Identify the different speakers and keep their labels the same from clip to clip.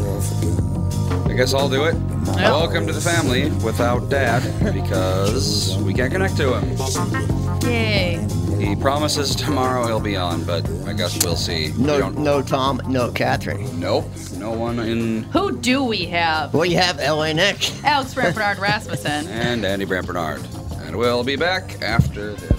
Speaker 1: I guess I'll do it. Welcome to the family without dad because we can't connect to him.
Speaker 2: Yay.
Speaker 1: He promises tomorrow he'll be on, but I guess we'll see. We
Speaker 3: No,
Speaker 1: don't-
Speaker 3: no, Tom, no, Catherine.
Speaker 1: Nope. No one in.
Speaker 2: Who do we have?
Speaker 3: Well, you have LA Nick.
Speaker 2: Alex Bernard Rasmussen.
Speaker 1: And Andy Brant Bernard. And we'll be back after this.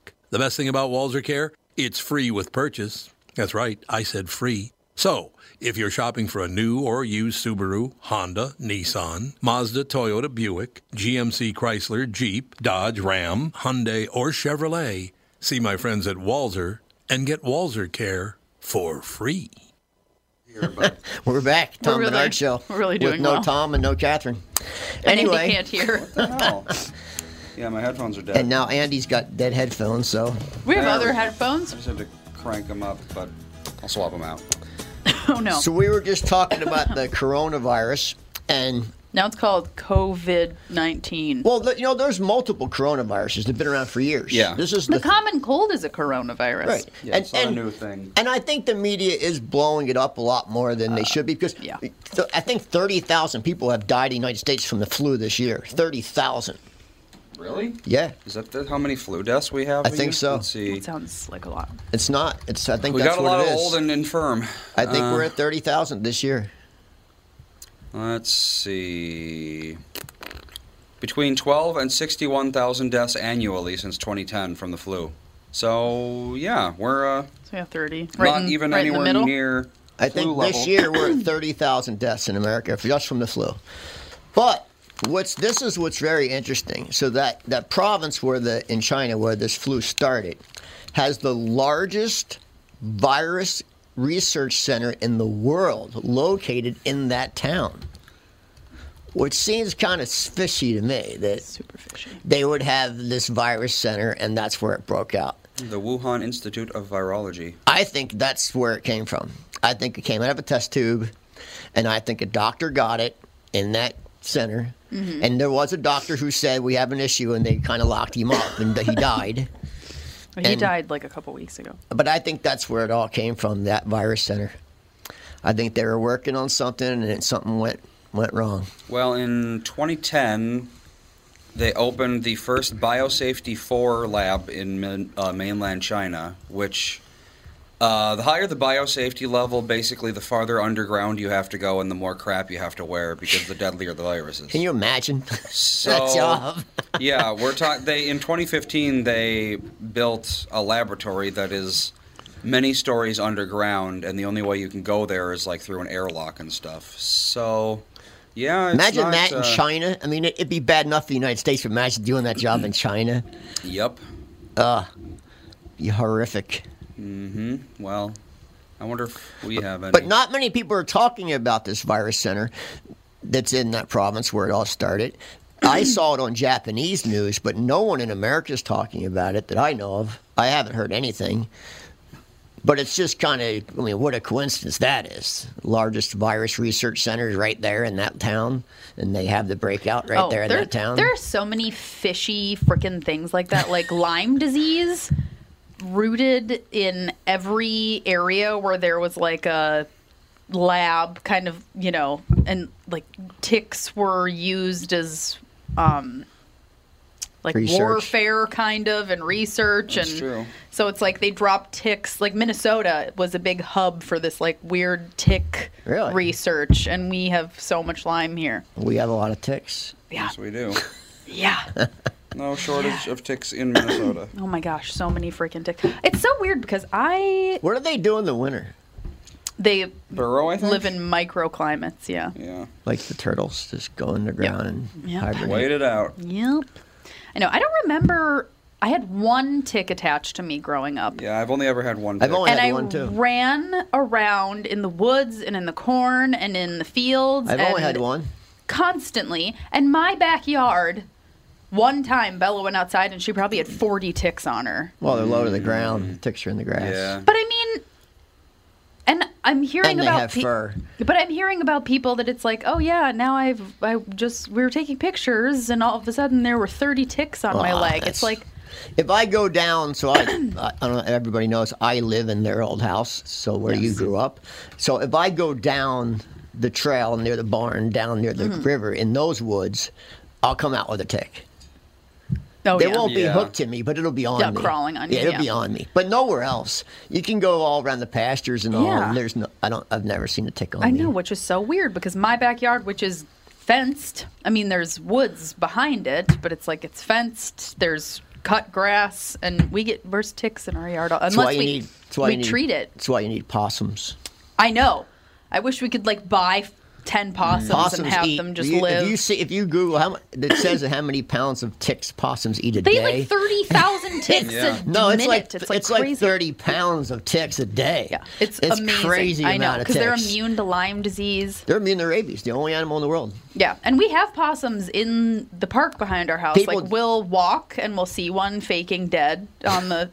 Speaker 4: The best thing about Walzer Care? It's free with purchase. That's right, I said free. So, if you're shopping for a new or used Subaru, Honda, Nissan, Mazda, Toyota, Buick, GMC, Chrysler, Jeep, Dodge, Ram, Hyundai, or Chevrolet, see my friends at Walzer and get Walzer Care for free.
Speaker 3: We're back, Tom
Speaker 2: really-
Speaker 3: Bernard Show.
Speaker 2: we're really
Speaker 3: with
Speaker 2: doing
Speaker 3: no
Speaker 2: well.
Speaker 3: Tom and no Catherine.
Speaker 2: And he
Speaker 3: Anyway,
Speaker 2: can't hear.
Speaker 1: Oh. Yeah, my headphones are dead.
Speaker 3: and now Andy's got dead headphones, so
Speaker 2: We
Speaker 1: There
Speaker 2: have
Speaker 1: we
Speaker 2: other
Speaker 1: go.
Speaker 2: headphones.
Speaker 1: I just had to crank them up, but I'll swap them out.
Speaker 2: Oh no.
Speaker 3: so we were just talking about the coronavirus, and
Speaker 2: Now it's called COVID nineteen.
Speaker 3: well, th- you know, there's multiple coronaviruses that've been around for years.
Speaker 1: Yeah.
Speaker 3: this is
Speaker 2: the
Speaker 3: the,
Speaker 2: common cold is a coronavirus.
Speaker 3: right,
Speaker 1: Yeah, it's not a new thing.
Speaker 3: And I think the media is blowing it up a lot more than they should be because
Speaker 2: yeah.
Speaker 3: th- I think 30,000 people have died in the United States from the flu this year. 30,000.
Speaker 1: Really?
Speaker 3: Yeah,
Speaker 1: Is that the, how many flu deaths we have?
Speaker 3: I
Speaker 1: a
Speaker 3: think
Speaker 1: year?
Speaker 3: so.
Speaker 1: Let's see.
Speaker 2: It sounds like a lot.
Speaker 3: it's not. It's I think
Speaker 1: we
Speaker 3: that's
Speaker 1: got a lot
Speaker 3: what it
Speaker 1: of
Speaker 3: is.
Speaker 1: old and infirm.
Speaker 3: I think
Speaker 1: Uh,
Speaker 3: we're at 30,000 this year.
Speaker 1: Let's see. Between 12 and 61,000 deaths annually since 2010 from the flu. So, yeah, we're uh,
Speaker 2: So yeah, thirty.
Speaker 1: not
Speaker 2: in-
Speaker 1: even
Speaker 2: right in the
Speaker 1: anywhere
Speaker 2: middle.
Speaker 1: near
Speaker 3: I
Speaker 1: flu
Speaker 3: think
Speaker 1: level.
Speaker 3: this year we're at 30,000 deaths in America just from the flu. But what's this is what's very interesting. So that that province where the in China where this flu started has the largest virus research center in the world located in that town. Which seems kind of fishy to me that
Speaker 2: Super fishy.
Speaker 3: they would have this virus center and that's where it broke out.
Speaker 1: The Wuhan Institute of Virology.
Speaker 3: I think that's where it came from. I think it came out of a test tube, and I think a doctor got it in that center. And there was a doctor who said we have an issue, and they kind of locked him up, and he died.
Speaker 2: He
Speaker 3: And-
Speaker 2: died like a couple weeks ago.
Speaker 3: But I think that's where it all came from, that virus center. I think they were working on something and then something went went wrong.
Speaker 1: Well, in 2010, they opened the first Biosafety 4 lab in min, uh, mainland China, which uh, the higher the biosafety level, basically the farther underground you have to go and the more crap you have to wear because the deadlier the virus is.
Speaker 3: Can you imagine?
Speaker 1: So,
Speaker 3: That job.
Speaker 1: yeah, we're talking. They in 2015 they built a laboratory that is many stories underground, and the only way you can go there is like through an airlock and stuff. So, yeah, it's
Speaker 3: Imagine
Speaker 1: not,
Speaker 3: that in
Speaker 1: uh,
Speaker 3: China. I mean, it, it'd be bad enough for the United States, but imagine doing that job in China.
Speaker 1: Yep.
Speaker 3: Be horrific.
Speaker 1: Well, I wonder if we have any.
Speaker 3: But not many people are talking about this virus center that's in that province where it all started. I saw it on Japanese news, but no one in America is talking about it that I know of. I haven't heard anything. But it's just kind of, I mean, what a coincidence that is. Largest virus research center is right there in that town, and they have the breakout right there in
Speaker 2: Oh, there,
Speaker 3: that town.
Speaker 2: there are so many fishy freaking things like that, like Lyme disease, rooted in every area where there was like a lab kind of, you know, and like ticks were used as um like
Speaker 3: Research.
Speaker 2: warfare kind of and research
Speaker 1: That's
Speaker 2: and
Speaker 1: true.
Speaker 2: so it's like they dropped ticks like Minnesota was a big hub for this like weird tick
Speaker 3: Really?
Speaker 2: research and we have so much Lyme here.
Speaker 3: we have a lot of ticks.
Speaker 2: Yeah.
Speaker 1: Yes, we do.
Speaker 2: Yeah.
Speaker 1: No shortage of ticks in Minnesota.
Speaker 2: Oh my gosh, so many freaking ticks. It's so weird because I
Speaker 3: What do they do in the winter?
Speaker 2: they
Speaker 1: Burrow, I think.
Speaker 2: live in microclimates, yeah.
Speaker 1: Yeah.
Speaker 3: Like the turtles just go underground and
Speaker 2: Yep.
Speaker 3: hibernate.
Speaker 1: Wait it out.
Speaker 2: Yep. I know. I don't remember I had one tick attached to me growing up.
Speaker 1: Yeah, I've only ever had one.
Speaker 3: I've
Speaker 1: tick.
Speaker 3: only- I
Speaker 2: And
Speaker 3: had
Speaker 2: I
Speaker 3: one, too.
Speaker 2: ran around in the woods and in the corn and in the fields.
Speaker 3: I've only had
Speaker 2: and
Speaker 3: one.
Speaker 2: Constantly. And my backyard, one time Bella went outside and she probably had 40 ticks on her.
Speaker 3: Well, they're low to the ground. Ticks are in the grass.
Speaker 1: Mm. Yeah.
Speaker 2: But I mean, and I'm hearing
Speaker 3: And they
Speaker 2: about
Speaker 3: have
Speaker 2: pe-
Speaker 3: fur.
Speaker 2: But I'm hearing about people that it's like, oh yeah, now I've I just we were taking pictures and all of a sudden there were 30 ticks on my
Speaker 3: Ah,
Speaker 2: leg.
Speaker 3: that's-
Speaker 2: It's like
Speaker 3: If I go down, so I, I, I don't know, everybody knows I live in their old house, so where you grew up. So if I go down the trail near the barn, down near the
Speaker 2: Mm-hmm.
Speaker 3: river in those woods, I'll come out with a tick.
Speaker 2: oh
Speaker 3: They
Speaker 2: yeah.
Speaker 3: won't be
Speaker 1: Yeah.
Speaker 3: hooked to me, but it'll be on
Speaker 2: Yeah,
Speaker 3: me.
Speaker 2: crawling on you,
Speaker 3: Yeah, it'll
Speaker 2: yeah.
Speaker 3: be on me. But nowhere else. You can go all around the pastures and all.
Speaker 2: Yeah.
Speaker 3: And there's no. I don't. I've never seen a tick on
Speaker 2: I
Speaker 3: me.
Speaker 2: know, which is so weird because my backyard, which is fenced, I mean, there's woods behind it, but it's like it's fenced. There's cut grass, and we get worse ticks in our yard unless
Speaker 3: That's why you
Speaker 2: we
Speaker 3: need. That's why
Speaker 2: we
Speaker 3: you need,
Speaker 2: treat it.
Speaker 3: That's why you need possums.
Speaker 2: I know. I wish we could like buy ten possums,
Speaker 3: Possums
Speaker 2: and have
Speaker 3: eat.
Speaker 2: them just
Speaker 3: you-
Speaker 2: live.
Speaker 3: If you see, if you Google how mu- it says how many pounds of ticks possums eat a
Speaker 2: they
Speaker 3: day.
Speaker 2: eat like thirty thousand ticks
Speaker 1: Yeah.
Speaker 2: a
Speaker 3: No, it's
Speaker 2: minute.
Speaker 3: like
Speaker 2: it's
Speaker 3: it's
Speaker 2: like crazy.
Speaker 3: thirty pounds of ticks a day.
Speaker 2: Yeah, it's, amazing.
Speaker 3: crazy
Speaker 2: I know
Speaker 3: amount of
Speaker 2: because
Speaker 3: ticks.
Speaker 2: they're immune to Lyme disease.
Speaker 3: They're immune to rabies. The only animal in the world.
Speaker 2: Yeah, and we have possums in the park behind our house.
Speaker 3: People-
Speaker 2: like we'll walk and we'll see one faking dead on the.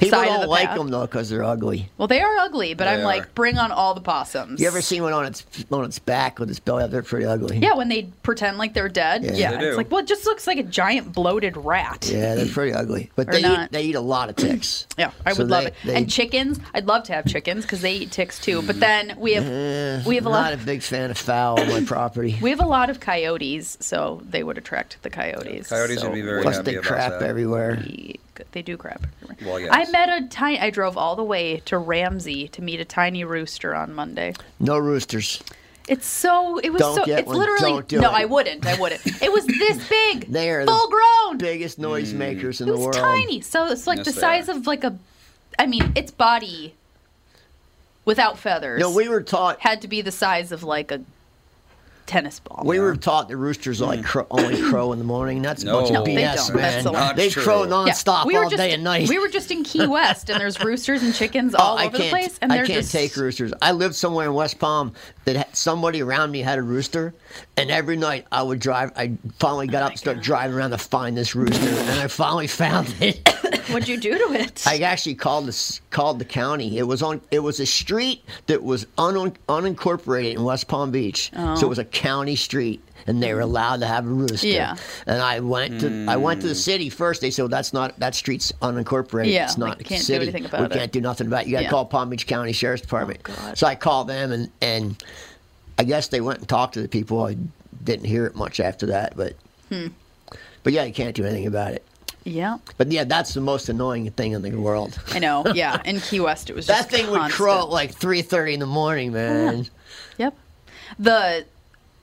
Speaker 3: People
Speaker 2: Side of
Speaker 3: don't
Speaker 2: the
Speaker 3: like
Speaker 2: path.
Speaker 3: them though because they're ugly.
Speaker 2: Well, they are ugly, but
Speaker 1: They
Speaker 2: I'm
Speaker 1: are.
Speaker 2: like, bring on all the possums.
Speaker 3: You ever seen one on its on its back with its belly up? They're pretty ugly.
Speaker 2: Yeah, when they pretend like they're dead. Yeah,
Speaker 1: They do.
Speaker 2: it's like well, it just looks like a giant bloated rat.
Speaker 3: Yeah, they're pretty ugly. But
Speaker 2: Or
Speaker 3: they eat,
Speaker 2: not.
Speaker 3: they eat a lot of ticks.
Speaker 2: Yeah, I
Speaker 3: So
Speaker 2: would love
Speaker 3: they-
Speaker 2: it.
Speaker 3: they-
Speaker 2: and chickens, I'd love to have chickens because they eat ticks too. But then we have we have a
Speaker 3: I'm
Speaker 2: lot
Speaker 3: not a big fan of fowl on my property.
Speaker 2: we have a lot of coyotes, so they would attract the coyotes.
Speaker 1: Coyotes
Speaker 2: so
Speaker 1: would be very
Speaker 3: Plus
Speaker 1: happy
Speaker 3: they
Speaker 1: about
Speaker 3: crap
Speaker 1: that.
Speaker 3: everywhere.
Speaker 2: be- They do crap. everywhere.
Speaker 1: Well, yes.
Speaker 2: I met a tiny. I drove all the way to Ramsey to meet a tiny rooster on Monday.
Speaker 3: No roosters.
Speaker 2: It's so. It was
Speaker 3: Don't
Speaker 2: so.
Speaker 3: get
Speaker 2: it's
Speaker 3: one.
Speaker 2: literally
Speaker 3: Don't do
Speaker 2: no.
Speaker 3: it.
Speaker 2: I wouldn't. I wouldn't. It was this big.
Speaker 3: They are the
Speaker 2: full grown.
Speaker 3: Biggest noisemakers in
Speaker 2: Mm. It
Speaker 3: the world.
Speaker 2: was tiny. So it's like
Speaker 1: Yes,
Speaker 2: the
Speaker 1: they
Speaker 2: size
Speaker 1: are.
Speaker 2: of like a, I mean, its body without feathers
Speaker 3: No, we were taught
Speaker 2: had to be the size of like a tennis ball.
Speaker 3: We were taught that roosters like cro- only crow in the morning. That's
Speaker 1: No.
Speaker 3: a bunch
Speaker 1: No,
Speaker 3: of
Speaker 1: they
Speaker 3: BS,
Speaker 2: Mm. don't. That's
Speaker 3: man.
Speaker 2: a lie.
Speaker 3: they
Speaker 1: Not
Speaker 3: crow
Speaker 1: true.
Speaker 2: Yeah,
Speaker 3: nonstop
Speaker 2: we were
Speaker 3: all
Speaker 2: just,
Speaker 3: day and night.
Speaker 2: We were just in Key West, and there's roosters and chickens
Speaker 3: Oh,
Speaker 2: all
Speaker 3: I
Speaker 2: over
Speaker 3: can't,
Speaker 2: the place, and
Speaker 3: I
Speaker 2: they're
Speaker 3: can't
Speaker 2: just
Speaker 3: take roosters. I lived somewhere in West Palm that had, somebody around me had a rooster, and every night I
Speaker 2: Oh
Speaker 3: would drive. I finally got up and started driving around to find this rooster, and I finally found it.
Speaker 2: What'd you do to it?
Speaker 3: I actually called this called the county. It was on. It was a street that was un, unincorporated in West Palm Beach,
Speaker 2: Oh.
Speaker 3: so it was a county street, and they were allowed to have a rooster.
Speaker 2: Yeah.
Speaker 3: And I went to I went to the city first. They said, "Well, that's not that street's unincorporated.
Speaker 2: Yeah,
Speaker 3: it's
Speaker 2: we
Speaker 3: not
Speaker 2: can't do
Speaker 3: city.
Speaker 2: anything
Speaker 3: we
Speaker 2: about it."
Speaker 3: can't do nothing about. it. You got to
Speaker 2: Yeah. Oh,
Speaker 3: call Palm Beach County Sheriff's Department."
Speaker 2: God.
Speaker 3: So I called them, and and I guess they went and talked to the people. I didn't hear it much after that, but
Speaker 2: Hmm.
Speaker 3: but yeah, you can't do anything about it.
Speaker 2: yeah.
Speaker 3: But yeah, that's the most annoying thing in the world.
Speaker 2: I know. Yeah. In Key West, it was
Speaker 3: That
Speaker 2: just
Speaker 3: thing would
Speaker 2: constant.
Speaker 3: crow at like three thirty in the morning, man.
Speaker 2: Yep. The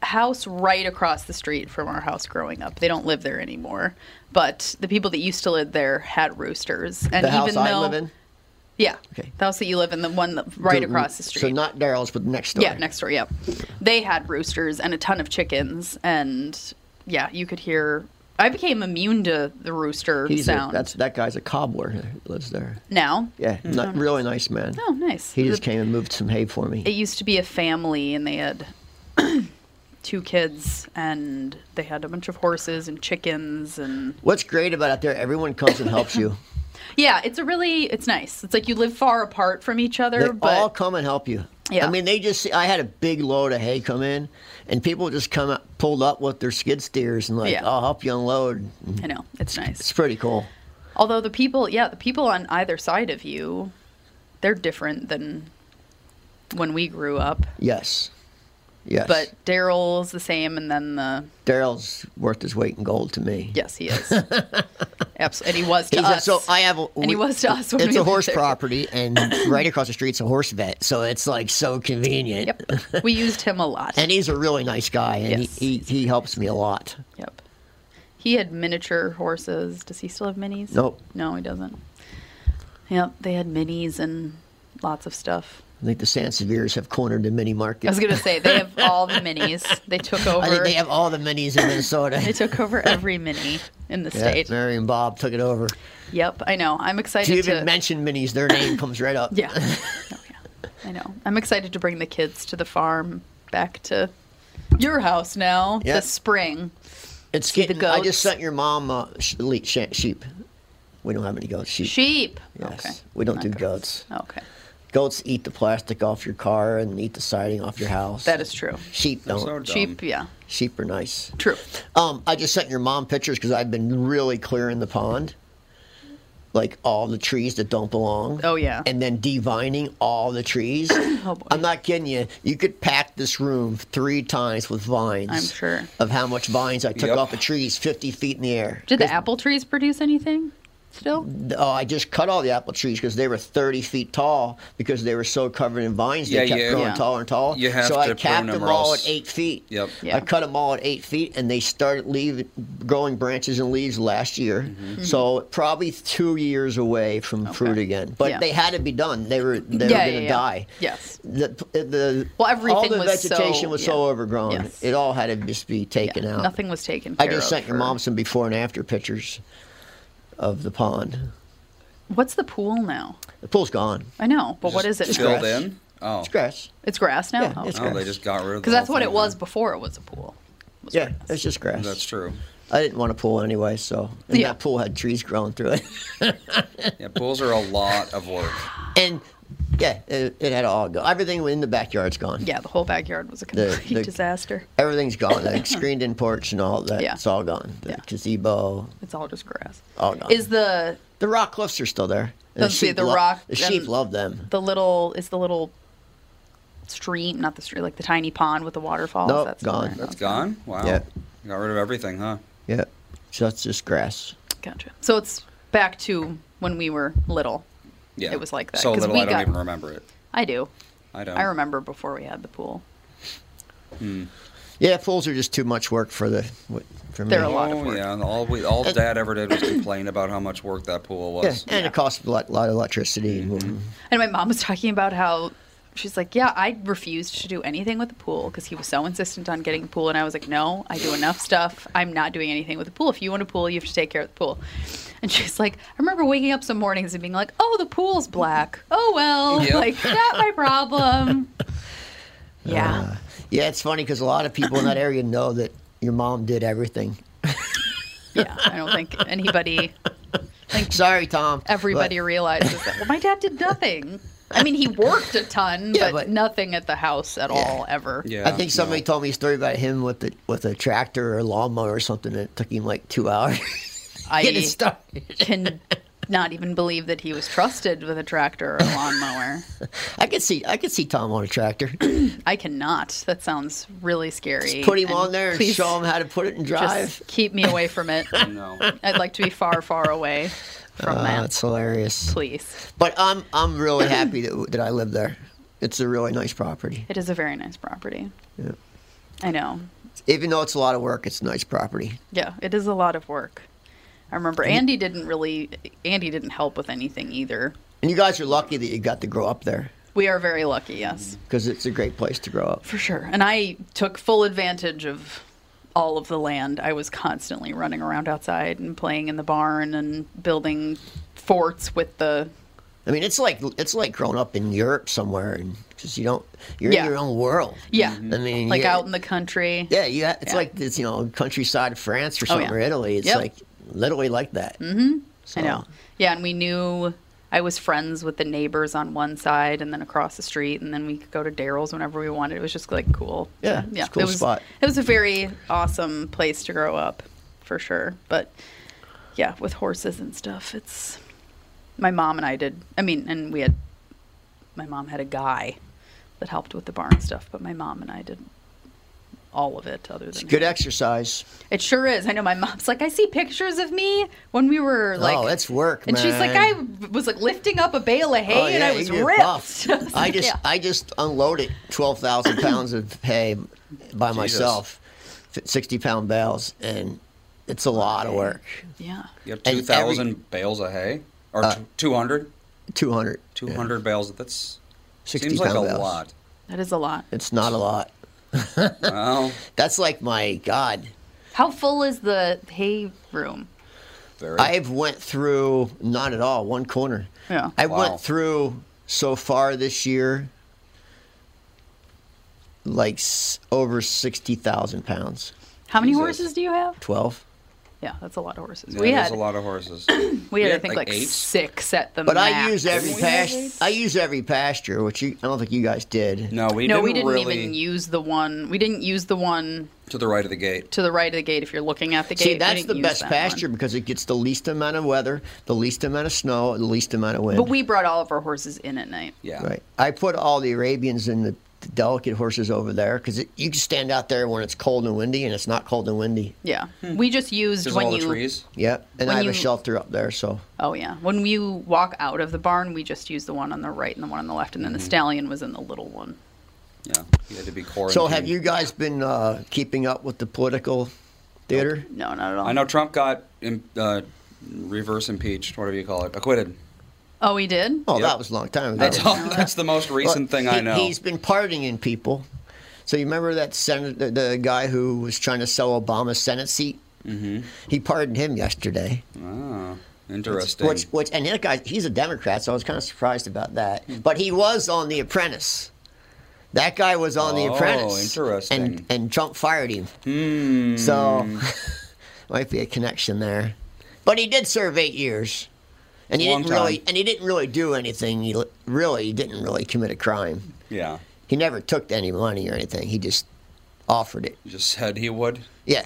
Speaker 2: house right across the street from our house growing up. They don't live there anymore, but the people that used to live there had roosters. And
Speaker 3: The house
Speaker 2: even though,
Speaker 3: I live in,
Speaker 2: yeah,
Speaker 3: Okay.
Speaker 2: the house that you live in, the one that, right
Speaker 3: The-
Speaker 2: across the street.
Speaker 3: So not Daryl's, but next door.
Speaker 2: yeah, next door. Yep. They had roosters and a ton of chickens, and yeah, you could hear. I became immune to the rooster
Speaker 3: He's a,
Speaker 2: sound.
Speaker 3: that's that guy's a cobbler who lives there.
Speaker 2: now.
Speaker 3: Yeah, not, really nice man.
Speaker 2: Oh, nice.
Speaker 3: He just
Speaker 2: The-
Speaker 3: came and moved some hay for me.
Speaker 2: it used to be a family and they had two kids and they had a bunch of horses and chickens and
Speaker 3: What's great about out there? Everyone comes and helps you.
Speaker 2: yeah it's a really it's nice it's like you live far apart from each
Speaker 3: They
Speaker 2: other but
Speaker 3: all come and help you.
Speaker 2: Yeah.
Speaker 3: I mean, they just. I had a big load of hay come in, and people just come up, pulled up with their skid steers and like,
Speaker 2: Yeah.
Speaker 3: I'll help you unload.
Speaker 2: i know it's
Speaker 3: It's
Speaker 2: nice
Speaker 3: pretty cool.
Speaker 2: although the people yeah the people on either side of you they're different than when we grew up
Speaker 3: Yes, yes.
Speaker 2: but daryl's the same and then the
Speaker 3: Daryl's worth his weight in gold to me.
Speaker 2: yes he is absolutely and he was to
Speaker 3: He's a-
Speaker 2: us
Speaker 3: so I have. A,
Speaker 2: and he was to us when
Speaker 3: It's
Speaker 2: we
Speaker 3: a
Speaker 2: lived
Speaker 3: horse
Speaker 2: there.
Speaker 3: property, and right across the street's a horse vet, so it's like so convenient.
Speaker 2: yep we used him a lot
Speaker 3: And he's a really nice guy, and
Speaker 2: Yes.
Speaker 3: he, he, he helps me a lot.
Speaker 2: Yep. He had miniature horses. Does he still have minis?
Speaker 3: Nope.
Speaker 2: No, he doesn't. Yep, they had minis and lots of stuff.
Speaker 3: I think the Sansevieres have cornered the mini market.
Speaker 2: I was gonna say they have all the minis. They took over.
Speaker 3: I think they have all the minis in Minnesota.
Speaker 2: they took over every mini in the
Speaker 3: Yeah,
Speaker 2: state.
Speaker 3: Mary and Bob took it over.
Speaker 2: Yep, I know. I'm
Speaker 3: If you
Speaker 2: excited
Speaker 3: even
Speaker 2: to.
Speaker 3: mention minis, their name comes right up.
Speaker 2: yeah. Oh, yeah. I know. I'm excited to bring the kids to the farm back to your house now
Speaker 3: Yeah.
Speaker 2: this spring.
Speaker 3: It's
Speaker 2: See the
Speaker 3: getting. I
Speaker 2: goats.
Speaker 3: just sent your mom uh, sh- le- sh- sheep. We don't have any goats. Sheep.
Speaker 2: Sheep.
Speaker 3: Yes.
Speaker 2: Okay.
Speaker 3: We don't do
Speaker 2: Okay.
Speaker 3: goats.
Speaker 2: Okay.
Speaker 3: Goats eat the plastic off your car and eat the siding off your house.
Speaker 2: That is true.
Speaker 3: Sheep don't.
Speaker 1: so dumb.
Speaker 2: Sheep. Yeah.
Speaker 3: Sheep are nice.
Speaker 2: True.
Speaker 3: Um, I just sent your mom pictures because I've been really clearing the pond, like all the trees that don't belong.
Speaker 2: Oh, yeah.
Speaker 3: And then divining all the trees. oh
Speaker 2: boy.
Speaker 3: I'm not kidding you. You could pack this room three times with vines.
Speaker 2: I'm sure.
Speaker 3: Of how much vines I took
Speaker 1: Yep.
Speaker 3: off of trees, 50 feet in the air.
Speaker 2: Did the apple trees produce anything? Still?
Speaker 3: Oh, I just cut all the apple trees because they were 30 feet tall because they were so covered in vines. They
Speaker 1: Yeah,
Speaker 3: kept
Speaker 1: yeah.
Speaker 3: growing
Speaker 2: Yeah.
Speaker 3: taller and taller.
Speaker 1: You have
Speaker 3: so I
Speaker 1: to prune
Speaker 3: capped
Speaker 1: them
Speaker 3: them
Speaker 1: or
Speaker 3: all
Speaker 1: else-
Speaker 3: at eight feet.
Speaker 1: Yep.
Speaker 2: Yeah.
Speaker 3: I cut them all at eight feet, and they started leaving, growing branches and leaves last year.
Speaker 1: Mm-hmm.
Speaker 2: Mm-hmm.
Speaker 3: So probably two years away from fruit again. But
Speaker 2: Yeah.
Speaker 3: they had to be done. They were they
Speaker 2: Yeah,
Speaker 3: were
Speaker 2: yeah,
Speaker 3: going to
Speaker 2: yeah.
Speaker 3: die.
Speaker 2: Yes.
Speaker 3: The, the
Speaker 2: Well,
Speaker 3: all
Speaker 2: everything
Speaker 3: the
Speaker 2: was so-
Speaker 3: vegetation was so
Speaker 2: yeah.
Speaker 3: overgrown.
Speaker 2: Yes.
Speaker 3: It all had to just be taken
Speaker 2: Yeah,
Speaker 3: out.
Speaker 2: Nothing was taken
Speaker 3: I
Speaker 2: care
Speaker 3: just
Speaker 2: of
Speaker 3: sent your
Speaker 2: for-
Speaker 3: mom some before and after pictures of the pond.
Speaker 2: What's the pool now?
Speaker 3: The pool's gone.
Speaker 2: I know, but what is it?
Speaker 3: filled
Speaker 1: Filled
Speaker 3: grass.
Speaker 1: in? Oh.
Speaker 3: It's grass.
Speaker 2: It's grass now?
Speaker 3: Yeah,
Speaker 2: oh,
Speaker 3: it's
Speaker 2: okay.
Speaker 1: Oh, they just got rid of the
Speaker 2: Because that's
Speaker 1: whole
Speaker 2: what
Speaker 1: thing,
Speaker 2: it was
Speaker 1: huh?
Speaker 2: before it was a pool. It was
Speaker 3: Yeah,
Speaker 2: grass.
Speaker 3: it's just grass.
Speaker 1: That's true.
Speaker 3: I didn't want a pool anyway, so and
Speaker 2: Yeah.
Speaker 3: that pool had trees growing through it,
Speaker 1: Yeah, pools are a lot of work.
Speaker 3: and yeah, it, it had all go. Everything in the backyard's gone.
Speaker 2: Yeah, the whole backyard was a
Speaker 3: The-
Speaker 2: complete
Speaker 3: the-
Speaker 2: disaster.
Speaker 3: everything's gone. The screened-in porch and all that.
Speaker 2: Yeah.
Speaker 3: It's all gone. The
Speaker 2: Yeah.
Speaker 3: gazebo,
Speaker 2: It's all just grass.
Speaker 3: all gone.
Speaker 2: Is the
Speaker 3: the rock cliffs are still there. And
Speaker 2: Let's see, the
Speaker 3: lo-
Speaker 2: rock
Speaker 3: The sheep
Speaker 2: and-
Speaker 3: love them.
Speaker 2: the little is the little stream not the stream like the tiny pond with the waterfalls?
Speaker 3: Nope,
Speaker 2: that's still
Speaker 3: gone.
Speaker 2: there?
Speaker 3: That's
Speaker 1: It's gone? Wow.
Speaker 3: Yeah.
Speaker 1: Got rid of everything, huh?
Speaker 3: Yeah, so that's just grass.
Speaker 2: Gotcha. So it's back to when we were little.
Speaker 1: Yeah.
Speaker 2: It was like that,
Speaker 1: So
Speaker 2: 'cause
Speaker 1: little
Speaker 2: we
Speaker 1: I don't
Speaker 2: got-
Speaker 1: even remember it.
Speaker 2: I do.
Speaker 1: I don't.
Speaker 2: I remember before we had the pool.
Speaker 3: Yeah, pools are just too much work for the for me.
Speaker 2: They're a lot of
Speaker 1: Oh
Speaker 2: work.
Speaker 1: yeah, and all we all Dad ever did was complain about how much work that pool
Speaker 3: Yeah,
Speaker 1: was.
Speaker 3: and it costs a lot, lot of electricity.
Speaker 2: Mm-hmm.
Speaker 3: Mm-hmm.
Speaker 2: And my mom was talking about how she's like, Yeah, I refused to do anything with the pool because he was so insistent on getting a pool. And I was like, No, I do enough stuff. I'm not doing anything with the pool. If you want a pool, you have to take care of the pool. And she's like, I remember waking up some mornings and being like, Oh, the pool's black. Oh, well,
Speaker 1: Yep.
Speaker 2: like, not my problem. Yeah.
Speaker 3: Uh. Yeah, it's funny because a lot of people in that area know that your mom did everything.
Speaker 2: yeah. I don't think anybody
Speaker 3: Sorry, Tom.
Speaker 2: Everybody
Speaker 3: But-
Speaker 2: realizes that. Well, my dad did nothing. I mean, he worked a ton,
Speaker 3: Yeah,
Speaker 2: but,
Speaker 3: but-
Speaker 2: nothing at the house at all ever.
Speaker 1: Yeah.
Speaker 3: I think somebody told me a story about him with the, with a tractor or a lawnmower or something that took him like two hours.
Speaker 2: I
Speaker 3: Get it started.
Speaker 2: can not even believe that he was trusted with a tractor or a lawnmower.
Speaker 3: I could see I could see Tom on a tractor.
Speaker 2: I cannot. That sounds really scary.
Speaker 3: Just put him
Speaker 2: And
Speaker 3: on there and
Speaker 2: please
Speaker 3: show him how to put it and drive.
Speaker 2: Just keep me away from it.
Speaker 1: No.
Speaker 2: I'd like to be far, far away from
Speaker 3: Oh,
Speaker 2: that,
Speaker 3: that's hilarious.
Speaker 2: please.
Speaker 3: But I'm I'm really happy that, that I live there. It's a really nice property.
Speaker 2: It is a very nice property.
Speaker 3: Yeah.
Speaker 2: I know.
Speaker 3: Even though it's a lot of work, it's a nice property.
Speaker 2: Yeah, it is a lot of work. I remember Andy didn't really Andy didn't help with anything either.
Speaker 3: And you guys are lucky that you got to grow up there
Speaker 2: We are very lucky, yes.
Speaker 3: because it's a great place to grow up.
Speaker 2: For sure. And I took full advantage of all of the land. I was constantly running around outside and playing in the barn and building forts with the
Speaker 3: I mean, it's like it's like growing up in Europe somewhere, and because you don't you're
Speaker 2: Yeah.
Speaker 3: in your own world.
Speaker 2: Yeah.
Speaker 3: Mm-hmm. I mean,
Speaker 2: like
Speaker 3: you-
Speaker 2: out in the country.
Speaker 3: Yeah, you ha- it's
Speaker 2: Yeah. Oh,
Speaker 3: like this, you know, countryside of France or something,
Speaker 2: yeah.
Speaker 3: or Italy. It's
Speaker 2: Yep.
Speaker 3: like literally like that. Mm-hmm. So,
Speaker 2: I know. Yeah, and we knew I was friends with the neighbors on one side and then across the street and then we could go to Daryl's whenever we wanted. It was just like cool.
Speaker 3: Yeah, it's a cool
Speaker 2: it was,
Speaker 3: spot.
Speaker 2: It was a very awesome place to grow up, for sure. But yeah, with horses and stuff, it's my mom and I did I mean, and we had my mom had a guy that helped with the barn stuff, but my mom and I did all of it other than
Speaker 3: It's good exercise.
Speaker 2: it sure is. I know my mom's like, I see pictures of me when we were like.
Speaker 3: oh, it's work,
Speaker 2: and she's like,
Speaker 3: man.
Speaker 2: I w- was like lifting up a bale of hay
Speaker 3: Oh,
Speaker 2: and I
Speaker 3: yeah,
Speaker 2: was
Speaker 3: you're
Speaker 2: ripped.
Speaker 3: buff.
Speaker 2: I was
Speaker 3: I
Speaker 2: like,
Speaker 3: just
Speaker 2: "Yeah."
Speaker 3: I just unloaded twelve thousand pounds of hay by myself, sixty pound bales, and it's a lot of work.
Speaker 2: yeah.
Speaker 1: You have
Speaker 3: And every-
Speaker 1: 2,000 bales of hay? Or
Speaker 3: Uh,
Speaker 1: 200?
Speaker 3: 200.
Speaker 1: 200 bales. That's
Speaker 3: 60
Speaker 1: seems like
Speaker 3: pound
Speaker 1: a
Speaker 3: bales.
Speaker 1: lot.
Speaker 2: That is a lot.
Speaker 3: It's not a lot.
Speaker 1: Well,
Speaker 3: That's like my God.
Speaker 2: How full is the hay room?
Speaker 1: very.
Speaker 3: I've went through not at all one corner.
Speaker 2: Yeah.
Speaker 3: I
Speaker 1: Wow.
Speaker 3: went through so far this year like s- over 60,000 pounds.
Speaker 2: How many
Speaker 1: Jesus.
Speaker 2: horses do you have?
Speaker 3: 12.
Speaker 2: Yeah, that's a lot of horses.
Speaker 1: Yeah,
Speaker 2: we
Speaker 1: there's
Speaker 2: had
Speaker 1: a lot of horses.
Speaker 2: we had
Speaker 1: Yeah,
Speaker 2: I think like,
Speaker 1: like eight.
Speaker 2: six at the
Speaker 3: But
Speaker 2: max.
Speaker 3: I use every past I use every pasture, which you, I don't think you guys did.
Speaker 1: No, we
Speaker 2: no,
Speaker 1: didn't
Speaker 2: we didn't
Speaker 1: really
Speaker 2: even use the one. We didn't use the one
Speaker 1: to the right of the gate.
Speaker 2: to the right of the gate. If you're looking at the gate,
Speaker 3: See,
Speaker 2: We
Speaker 3: that's
Speaker 2: didn't
Speaker 3: the
Speaker 2: use
Speaker 3: best
Speaker 2: that one.
Speaker 3: pasture because it gets the least amount of weather, the least amount of snow, the least amount of wind.
Speaker 2: But we brought all of our horses in at night.
Speaker 1: Yeah.
Speaker 3: Right. I put all the Arabians and the, the delicate horses over there because you can stand out there when it's cold and windy, and it's not cold and windy.
Speaker 2: Yeah,
Speaker 3: Hmm.
Speaker 2: we just used
Speaker 1: There's
Speaker 2: when
Speaker 1: all the
Speaker 2: you
Speaker 1: trees.
Speaker 3: Yep. And
Speaker 2: When
Speaker 3: I have
Speaker 2: you-
Speaker 3: a shelter up there, so
Speaker 2: Oh yeah. When we walk out of the barn, we just use the one on the right and the one on the left, and then the
Speaker 1: Mm-hmm.
Speaker 2: stallion was in the little one.
Speaker 1: Yeah. You had to be quarantined.
Speaker 3: So, have you guys been uh, keeping up with the political theater?
Speaker 2: No, not at all.
Speaker 1: I know Trump got im uh, reverse impeached, whatever you call it, acquitted.
Speaker 2: Oh, he did.
Speaker 3: Oh,
Speaker 1: Yep.
Speaker 3: that was a long time ago.
Speaker 1: That's all, That's the most recent
Speaker 3: Well,
Speaker 1: thing
Speaker 3: he,
Speaker 1: I know.
Speaker 3: He's been pardoning people. So you remember that senator, the, the guy who was trying to sell Obama's Senate seat? Mm-hmm. He pardoned him yesterday.
Speaker 1: oh, interesting.
Speaker 3: Which, which, and that guy, he's a Democrat, so I was kind of surprised about that.
Speaker 1: Hmm.
Speaker 3: But he was on The Apprentice. That guy was on The
Speaker 1: Oh,
Speaker 3: Apprentice.
Speaker 1: interesting. Hmm.
Speaker 3: And and Trump fired him. So might be a connection there. But he did serve eight years, and he
Speaker 1: Long
Speaker 3: didn't really
Speaker 1: time.
Speaker 3: and he didn't really do anything. He li- really didn't really commit a crime.
Speaker 1: yeah.
Speaker 3: He never took any money or anything. He just offered it.
Speaker 1: You just said he would.
Speaker 3: Yeah,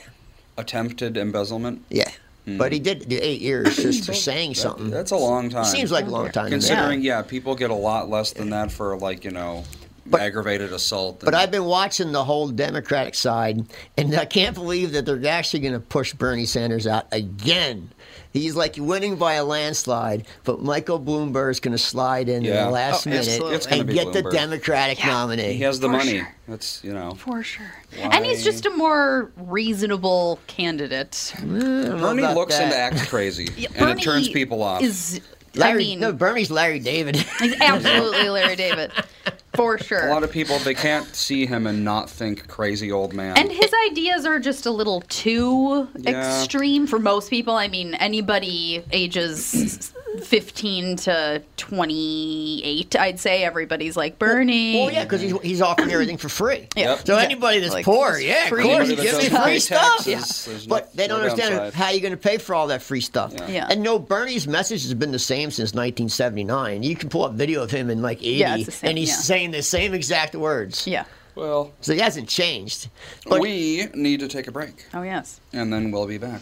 Speaker 1: Attempted embezzlement.
Speaker 3: yeah. But he did do eight years just for saying something.
Speaker 1: Hmm. That's a long time.
Speaker 3: Seems like a long time. to me.
Speaker 1: Considering, yeah. people get a lot less than that for like you know
Speaker 3: But-
Speaker 1: aggravated assault.
Speaker 3: But
Speaker 1: and-
Speaker 3: I've been watching the whole Democratic side, and I can't believe that they're actually going to push Bernie Sanders out again. He's like winning by a landslide, but Michael Bloomberg is going to slide in in
Speaker 1: Yeah.
Speaker 3: the last
Speaker 1: Oh,
Speaker 3: minute
Speaker 1: absolutely. It's gonna
Speaker 3: and
Speaker 1: be
Speaker 3: get the
Speaker 1: Bloomberg.
Speaker 3: Democratic nominee.
Speaker 1: he has the
Speaker 2: For
Speaker 1: money.
Speaker 2: sure.
Speaker 1: That's you know.
Speaker 2: For sure. And he's just a more reasonable candidate.
Speaker 1: Bernie
Speaker 3: about
Speaker 1: looks and
Speaker 3: that.
Speaker 1: acts crazy, and
Speaker 2: Bernie
Speaker 1: it turns people off.
Speaker 2: Is
Speaker 3: Larry,
Speaker 2: I mean,
Speaker 3: no, Bernie's Larry David.
Speaker 2: he's absolutely Larry David, for sure.
Speaker 1: a lot of people they can't see him and not think crazy old man.
Speaker 2: And his ideas are just a little too
Speaker 1: Yeah.
Speaker 2: extreme for most people. I mean, anybody ages 15 to 28, I'd say everybody's like Bernie.
Speaker 3: Well, Oh, yeah, because he's, he's offering everything for free.
Speaker 2: Yeah.
Speaker 3: So
Speaker 2: Yeah.
Speaker 3: anybody that's
Speaker 2: Like,
Speaker 3: poor,
Speaker 2: it's
Speaker 3: yeah,
Speaker 2: free.
Speaker 3: of course, you
Speaker 2: Anybody
Speaker 3: give
Speaker 2: that
Speaker 3: me
Speaker 2: doesn't
Speaker 3: free
Speaker 2: pay
Speaker 3: stuff.
Speaker 1: taxes, there's no-
Speaker 3: But they don't
Speaker 1: no
Speaker 3: understand
Speaker 1: downside.
Speaker 3: how you're going to pay for all that free stuff.
Speaker 2: Yeah.
Speaker 3: And no, Bernie's message has been the same since 1979. You can pull up video of him in like 80,
Speaker 2: Yeah, it's the same,
Speaker 3: and he's
Speaker 2: yeah.
Speaker 3: saying the same exact words.
Speaker 2: Yeah.
Speaker 1: Well,
Speaker 3: So he hasn't changed. But
Speaker 1: we need to take a break,
Speaker 2: Oh, yes.
Speaker 1: and then we'll be back.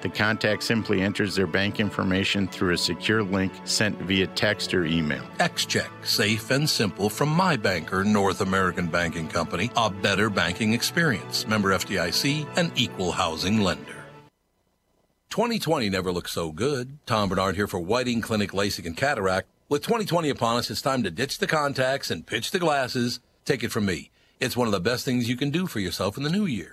Speaker 5: the contact simply enters their bank information through a secure link sent via text or email.
Speaker 4: XCheck, safe and simple from my banker, North American Banking Company, a better banking experience. Member FDIC, an equal housing lender. 2020 never looked so good. Tom Bernard here for Whiting Clinic LASIK and Cataract. With 2020 upon us, it's time to ditch the contacts and pitch the glasses. Take it from me. It's one of the best things you can do for yourself in the new year.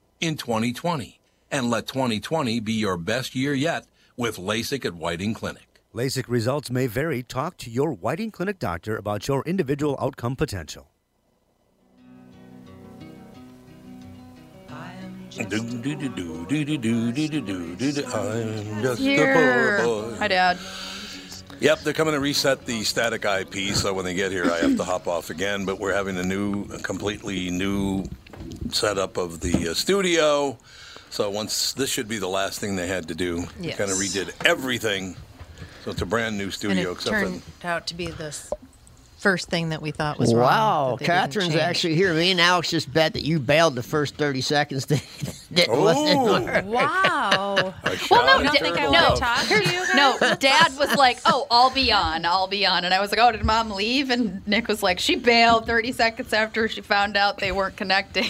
Speaker 4: in 2020 and let 2020 be your best year yet with LASIK at Whiting Clinic.
Speaker 6: LASIK results may vary. Talk to your Whiting Clinic doctor about your individual outcome potential.
Speaker 4: I'm just
Speaker 2: Here.
Speaker 4: a poor boy.
Speaker 2: Hi, Dad.
Speaker 4: Yep, they're coming to reset the static IP, so when they get here, I have to hop off again. But we're having a new, a completely new setup of the uh, studio. So once this should be the last thing they had to do.
Speaker 7: Yes.
Speaker 4: Kind of redid everything, so it's a brand new
Speaker 7: And
Speaker 4: studio.
Speaker 7: it turned out to be this first thing that we thought was
Speaker 3: wow,
Speaker 7: wrong. that they didn't
Speaker 3: Catherine's
Speaker 7: change.
Speaker 3: actually here. Me and Alex just bet that you bailed the first 30 seconds. That didn't listen.
Speaker 4: Ooh.
Speaker 7: Wow.
Speaker 4: for
Speaker 2: Well, no,
Speaker 4: shall
Speaker 2: Da-
Speaker 4: turn
Speaker 2: no,
Speaker 4: off.
Speaker 2: no. Dad was like, "Oh, I'll be on, I'll be on," and I was like, "Oh, did Mom leave?" And Nick was like, "She bailed 30 seconds after she found out they weren't connecting."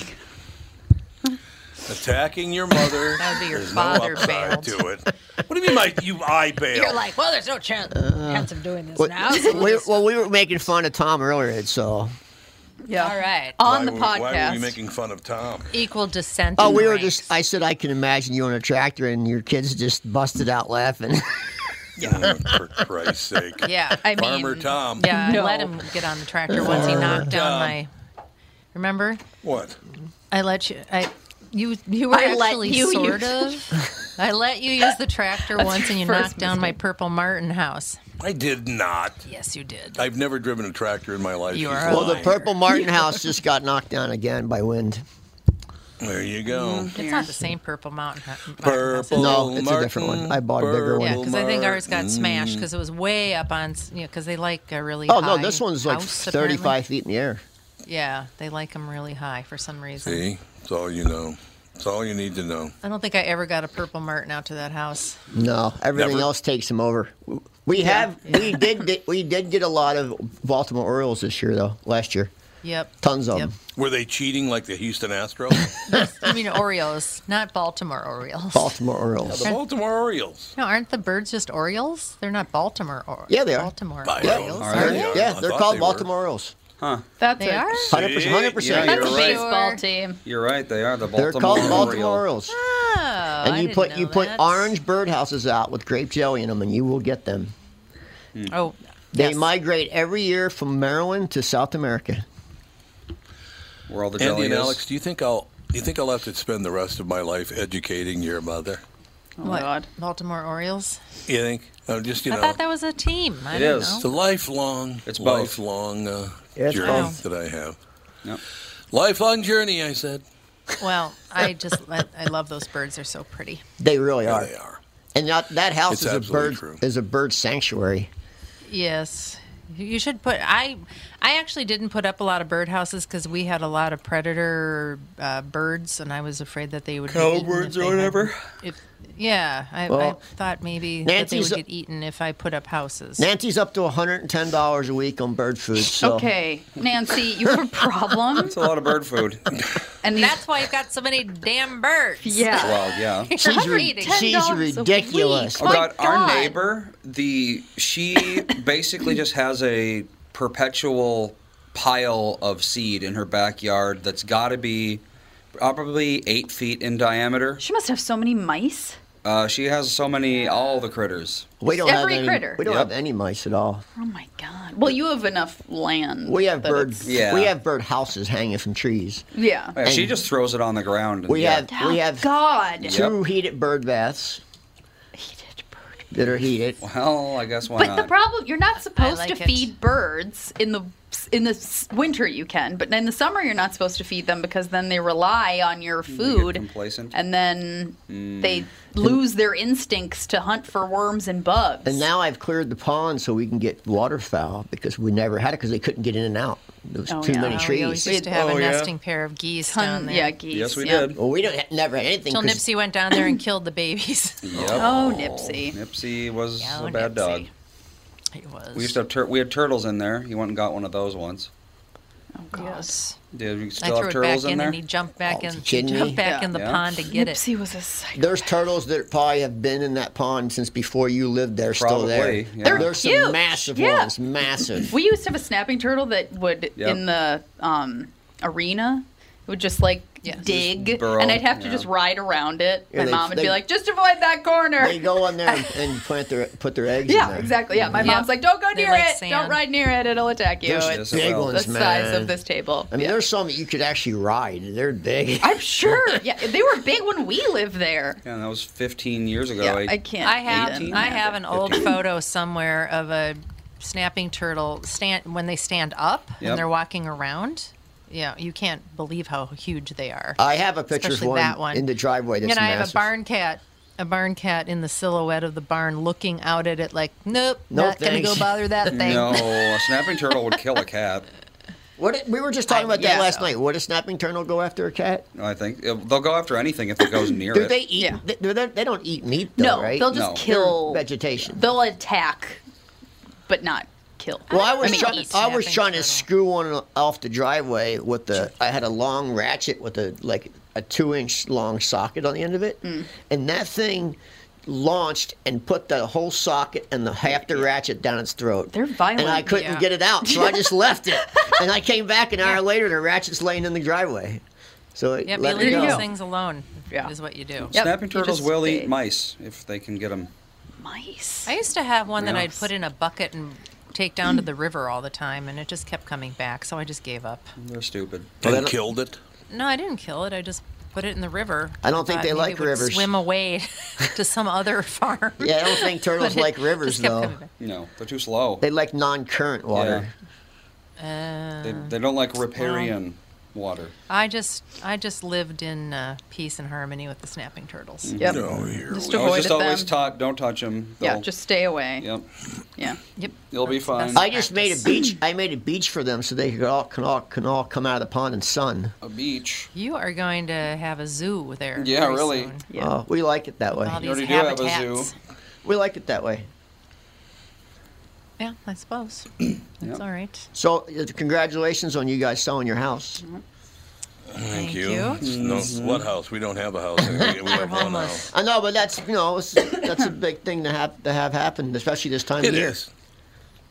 Speaker 4: Attacking your mother.
Speaker 7: That would be your
Speaker 4: There's
Speaker 7: father
Speaker 4: no upside
Speaker 7: bailed.
Speaker 4: to it. What do you mean, my you I bailed?
Speaker 7: You're like, well, there's no chance, chance of doing this now. so we'll
Speaker 3: we,
Speaker 7: just-
Speaker 3: well, we were making fun of Tom earlier, so.
Speaker 2: Yeah.
Speaker 7: all right.
Speaker 2: On
Speaker 4: Why
Speaker 2: the
Speaker 4: were-
Speaker 2: podcast.
Speaker 4: Why were you making fun of Tom?
Speaker 7: Equal dissent.
Speaker 3: Oh,
Speaker 7: in
Speaker 3: we
Speaker 7: the
Speaker 3: were
Speaker 7: ranks.
Speaker 3: just. I said I can imagine you on a tractor, and your kids just busted out laughing.
Speaker 4: Yeah. for Christ's sake.
Speaker 7: Yeah.
Speaker 2: I mean,
Speaker 4: Farmer Tom.
Speaker 7: Yeah,
Speaker 2: No.
Speaker 7: I let him get on the tractor once he knocked down my. Remember,
Speaker 4: What?
Speaker 7: I let you. I you you were
Speaker 2: I let
Speaker 7: actually
Speaker 2: you use-
Speaker 7: sort of. I let you use the tractor once, and you
Speaker 2: first
Speaker 7: knocked down my purple Martin house.
Speaker 4: I did not.
Speaker 7: Yes, you did.
Speaker 4: I've never driven a tractor in my life.
Speaker 7: You
Speaker 4: She's
Speaker 7: are a
Speaker 3: well, the
Speaker 7: liar.
Speaker 3: Purple Martin house just got knocked down again by wind.
Speaker 4: There you go.
Speaker 7: It's not the same purple mountain. Martin house, is it?
Speaker 4: Purple.
Speaker 3: Mm-hmm. No, it's a different
Speaker 4: Martin,
Speaker 3: one. I bought a bigger one.
Speaker 7: Yeah,
Speaker 4: Purple
Speaker 7: because I think ours got
Speaker 4: Martin.
Speaker 7: smashed because it was way up on, s- you know, because they like a really.
Speaker 3: Mm. Oh no,
Speaker 7: high
Speaker 3: this one's like
Speaker 7: house,
Speaker 3: 35
Speaker 7: apparently.
Speaker 3: feet in the air.
Speaker 7: Yeah, they like them really high for some reason.
Speaker 4: See, it's all you know. It's all you need to know.
Speaker 7: I don't think I ever got a purple Martin out to that house.
Speaker 3: No, everything
Speaker 4: Never.
Speaker 3: else takes them over. We have, we did, get, we did get a lot of Baltimore Orioles this year, though. Last year,
Speaker 7: Yep.
Speaker 3: tons of
Speaker 7: Yep.
Speaker 3: them.
Speaker 4: Were they cheating like the Houston Astros?
Speaker 7: I mean Orioles, not Baltimore Orioles.
Speaker 3: Baltimore Orioles.
Speaker 4: the Baltimore Orioles.
Speaker 7: no, aren't the birds just Orioles? They're not Baltimore Orioles.
Speaker 3: Yeah, they are.
Speaker 7: Baltimore
Speaker 4: By
Speaker 7: Orioles.
Speaker 4: Orioles.
Speaker 7: Are
Speaker 4: Are they?
Speaker 7: they?
Speaker 3: Yeah,
Speaker 4: I
Speaker 3: they're
Speaker 4: thought
Speaker 3: called
Speaker 4: they were.
Speaker 3: Baltimore Orioles.
Speaker 2: That's
Speaker 7: They
Speaker 2: a,
Speaker 7: are?
Speaker 3: Hundred percent. Hundred percent.
Speaker 1: Yeah,
Speaker 2: That's a
Speaker 1: You're right.
Speaker 2: baseball team.
Speaker 1: You're right. They are the
Speaker 3: They're
Speaker 1: Baltimore.
Speaker 3: called Baltimore
Speaker 1: Oriole.
Speaker 3: Orioles.
Speaker 7: Oh,
Speaker 3: And
Speaker 7: I
Speaker 3: you
Speaker 7: didn't
Speaker 3: put
Speaker 7: know
Speaker 3: you put
Speaker 7: that.
Speaker 3: orange birdhouses out with grape jelly in them, and you will get them.
Speaker 7: Oh,
Speaker 3: They
Speaker 7: yes.
Speaker 3: migrate every year from Maryland to South America.
Speaker 1: Where all the
Speaker 4: Andy
Speaker 1: jelly
Speaker 4: and
Speaker 1: is.
Speaker 4: Alex, do you think I'll? Do you think I'll have to spend the rest of my life educating your mother?
Speaker 2: Oh, God.
Speaker 7: Baltimore Orioles.
Speaker 4: You think? Oh, just you
Speaker 7: I
Speaker 4: know,
Speaker 7: thought that was a team. I
Speaker 1: It
Speaker 7: don't
Speaker 1: is.
Speaker 4: it's a
Speaker 7: know.
Speaker 4: lifelong,
Speaker 1: It's both.
Speaker 4: lifelong uh,
Speaker 3: It's
Speaker 4: journey
Speaker 3: both.
Speaker 4: that I have.
Speaker 1: Yep.
Speaker 4: Lifelong journey, I said.
Speaker 7: Well, I just I, I love those birds. They're so pretty.
Speaker 3: They really
Speaker 4: There
Speaker 3: are.
Speaker 4: they are.
Speaker 3: And that, that house
Speaker 4: It's
Speaker 3: is a
Speaker 4: absolutely
Speaker 3: bird
Speaker 4: true.
Speaker 3: is a bird sanctuary.
Speaker 7: Yes. You- You should put I I actually didn't put up a lot of birdhouses because we had a lot of predator uh, birds and I was afraid that they would get eaten if
Speaker 1: Cowbirds or
Speaker 7: they had-
Speaker 1: whatever?
Speaker 7: If, yeah, I,
Speaker 3: Well,
Speaker 7: I thought maybe that they would
Speaker 3: Nancy's-
Speaker 7: get eaten if I put up houses.
Speaker 3: Nancy's up to $110 a week on bird food. So
Speaker 2: Okay, Nancy, you have a problem,
Speaker 1: It's a lot of bird food.
Speaker 2: and these,
Speaker 7: That's why you've got so many damn birds.
Speaker 2: yeah.
Speaker 1: well, yeah.
Speaker 3: She's,
Speaker 7: You're
Speaker 3: re-
Speaker 7: eating.
Speaker 3: she's
Speaker 2: $10 a week.
Speaker 3: ridiculous.
Speaker 1: Oh
Speaker 2: My
Speaker 1: God, our
Speaker 2: God.
Speaker 1: neighbor, the she basically just has a perpetual pile of seed in her backyard that's got to be probably eight feet in diameter.
Speaker 2: She must have so many mice.
Speaker 1: Uh, she has so many, all the critters.
Speaker 3: We don't
Speaker 2: Every
Speaker 3: have any,
Speaker 2: critter.
Speaker 3: We don't
Speaker 1: Yep.
Speaker 3: have any mice at all.
Speaker 2: Oh my God. Well, you have enough land.
Speaker 3: We have
Speaker 2: that
Speaker 3: bird.
Speaker 2: it's-
Speaker 1: Yeah.
Speaker 3: We have bird houses hanging from trees.
Speaker 2: Yeah. Oh,
Speaker 1: Yeah, she
Speaker 3: And-
Speaker 1: just throws it on the ground. And,
Speaker 3: We
Speaker 1: yeah.
Speaker 3: have we have
Speaker 2: God.
Speaker 3: two heated bird baths
Speaker 2: Hated bird.
Speaker 3: that are heated.
Speaker 1: Well, I guess why
Speaker 2: But
Speaker 1: not?
Speaker 2: the problem, you're not supposed
Speaker 7: like
Speaker 2: to
Speaker 7: it.
Speaker 2: feed birds in the in the s- winter you can, but in the summer you're not supposed to feed them because then they rely on your food,
Speaker 1: complacent. Mm.
Speaker 2: and then they lose their instincts to hunt for worms and bugs.
Speaker 3: And now I've cleared the pond so we can get waterfowl because we never had it because they couldn't get in and out. There was
Speaker 2: Oh,
Speaker 3: too
Speaker 2: yeah.
Speaker 3: many
Speaker 7: Oh, we always
Speaker 3: trees.
Speaker 7: used to have
Speaker 1: Oh,
Speaker 7: a
Speaker 1: yeah.
Speaker 7: nesting pair of geese down
Speaker 2: Ton-
Speaker 7: there.
Speaker 2: yeah, geese.
Speaker 1: yes, we
Speaker 2: yeah.
Speaker 1: did.
Speaker 3: Well, we don't ha- never had anything.
Speaker 7: Till
Speaker 3: 'cause-
Speaker 7: Nipsey went down there and killed the babies.
Speaker 1: Yep.
Speaker 2: Oh, Nipsey.
Speaker 1: Nipsey was
Speaker 7: Oh,
Speaker 1: a bad
Speaker 7: Nipsey.
Speaker 1: dog.
Speaker 7: It was.
Speaker 1: We used to have tur- we had turtles in there. He went and got one of those once.
Speaker 7: Yes.
Speaker 1: Did we
Speaker 7: I
Speaker 1: still have
Speaker 7: threw it back
Speaker 1: turtles
Speaker 7: in,
Speaker 1: in there?
Speaker 7: and he jumped back
Speaker 3: Oh,
Speaker 7: in,
Speaker 3: you kidding me?
Speaker 7: jumped back in the
Speaker 1: Yeah.
Speaker 7: pond to get it.
Speaker 2: Nipsey was a psycho.
Speaker 3: There's turtles that probably have been in that pond since before you lived there, still there.
Speaker 1: Probably, yeah. They're
Speaker 3: There's some
Speaker 2: cute.
Speaker 3: massive
Speaker 2: Yeah.
Speaker 3: ones, massive.
Speaker 2: We used to have a snapping turtle that would
Speaker 1: Yep.
Speaker 2: in the um, arena. It would just like
Speaker 7: Yes. Just
Speaker 2: dig,
Speaker 1: burrow,
Speaker 2: and I'd have to
Speaker 1: yeah.
Speaker 2: just ride around it.
Speaker 3: Yeah,
Speaker 2: my
Speaker 3: they-
Speaker 2: mom would
Speaker 3: they-
Speaker 2: be like, "Just avoid that corner."
Speaker 3: they go in there and, and plant their put their eggs. in
Speaker 2: yeah,
Speaker 3: there.
Speaker 2: exactly. Yeah, my
Speaker 7: Yeah.
Speaker 2: mom's like, "Don't go
Speaker 7: They
Speaker 2: near
Speaker 7: like
Speaker 2: it. Don't
Speaker 7: sand.
Speaker 2: ride near it. It'll attack you."
Speaker 1: There's
Speaker 2: It's
Speaker 1: this-
Speaker 3: Big
Speaker 1: Well,
Speaker 3: ones,
Speaker 2: the size
Speaker 3: man.
Speaker 2: of this table.
Speaker 3: I mean,
Speaker 2: Yeah.
Speaker 3: there's some that you could actually ride. They're big.
Speaker 2: I'm sure. Yeah, they were big when we lived there.
Speaker 1: Yeah, that was 15 years ago.
Speaker 2: Yeah, I can't.
Speaker 7: I have
Speaker 2: even
Speaker 7: I have
Speaker 2: imagine.
Speaker 7: an old photo somewhere of a snapping turtle stand when they stand up
Speaker 1: Yep.
Speaker 7: and they're walking around. Yeah, you can't believe how huge they are.
Speaker 3: I have a picture
Speaker 7: Especially
Speaker 3: of one,
Speaker 7: that one
Speaker 3: in the driveway. That's
Speaker 7: and I have
Speaker 3: massive.
Speaker 7: a barn cat, a barn cat in the silhouette of the barn, looking out at it like, nope,
Speaker 3: No
Speaker 7: not gonna go
Speaker 3: thanks.
Speaker 7: bother that thing.
Speaker 1: No, a snapping turtle would kill a cat.
Speaker 3: What did- we were just talking
Speaker 7: I-
Speaker 3: about that
Speaker 7: yeah.
Speaker 3: last night. Would a snapping turtle go after a cat?
Speaker 1: I think Uh, they'll go after anything if it goes near
Speaker 3: Do
Speaker 1: it.
Speaker 3: they eat?
Speaker 2: Yeah.
Speaker 3: They, do they, they don't eat meat, though,
Speaker 2: no,
Speaker 3: right?
Speaker 2: they'll just
Speaker 1: No.
Speaker 2: kill
Speaker 3: vegetation.
Speaker 2: They'll attack, but not kill.
Speaker 3: well, I was
Speaker 2: mean,
Speaker 3: trying.
Speaker 7: eat
Speaker 3: I was
Speaker 7: snapping
Speaker 3: trying to
Speaker 7: turtle.
Speaker 3: screw one off the driveway with the. I had a long ratchet with a like a two-inch long socket on the end of it,
Speaker 7: Mm.
Speaker 3: and that thing launched and put the whole socket and the half the ratchet down its throat.
Speaker 2: They're violent,
Speaker 3: And I couldn't
Speaker 7: yeah.
Speaker 3: get it out, so I just left it. And I came back an hour later, and the ratchet's laying in the driveway. So it
Speaker 7: Yep,
Speaker 3: let
Speaker 7: you
Speaker 3: it
Speaker 7: leave
Speaker 3: go.
Speaker 7: those things alone.
Speaker 2: Yeah.
Speaker 7: Is what you do.
Speaker 2: Yep,
Speaker 1: Snapping
Speaker 2: you
Speaker 1: turtles
Speaker 2: just
Speaker 1: will
Speaker 2: stay.
Speaker 1: eat mice if they can get them.
Speaker 2: mice.
Speaker 7: I used to have one that
Speaker 1: Yeah.
Speaker 7: I'd put in a bucket and take down to the river all the time, and it just kept coming back, so I just gave up.
Speaker 1: They're stupid.
Speaker 4: And killed it.
Speaker 7: No, I didn't kill it. I just put it in the river.
Speaker 3: I don't think
Speaker 7: Thought
Speaker 3: they
Speaker 7: maybe
Speaker 3: like
Speaker 7: it would
Speaker 3: rivers.
Speaker 7: Swim away to some other farm.
Speaker 3: Yeah, I don't think turtles
Speaker 7: But it
Speaker 3: like rivers
Speaker 7: just kept
Speaker 3: though.
Speaker 7: coming back.
Speaker 1: No, they're too slow.
Speaker 3: They like non-current water.
Speaker 7: Uh,
Speaker 1: They, they don't like riparian water.
Speaker 7: I just I just lived in uh, peace and harmony with the snapping turtles.
Speaker 2: Yep.
Speaker 4: Oh, here.
Speaker 2: Just
Speaker 4: we-
Speaker 1: I was
Speaker 2: avoided
Speaker 1: just always
Speaker 2: them.
Speaker 1: taught, don't touch them.
Speaker 2: Yeah, just stay away.
Speaker 1: Yep.
Speaker 2: Yeah.
Speaker 7: Yep.
Speaker 1: You'll be
Speaker 7: That's the best
Speaker 1: fine.
Speaker 3: I just made a
Speaker 7: practice.
Speaker 3: beach. I made a beach for them so they could all can all can all come out of the pond and sun.
Speaker 1: A beach.
Speaker 7: You are going to have a zoo there.
Speaker 1: Yeah,
Speaker 7: very
Speaker 1: really.
Speaker 7: soon.
Speaker 2: Yeah.
Speaker 3: Oh, we like it that way.
Speaker 7: All
Speaker 1: You
Speaker 7: these
Speaker 1: already do have a
Speaker 7: habitats.
Speaker 1: zoo.
Speaker 3: We like it that way.
Speaker 7: Yeah, I suppose. That's all right.
Speaker 3: So, uh, congratulations on you guys selling your house.
Speaker 7: Thank you.
Speaker 4: It's No,
Speaker 1: Mm-hmm.
Speaker 4: what house? We don't have a house. anymore. We have one house.
Speaker 7: Homeless.
Speaker 3: I know, but that's you know it's, that's a big thing to have to have happen, especially this time
Speaker 4: It
Speaker 3: of year.
Speaker 4: is.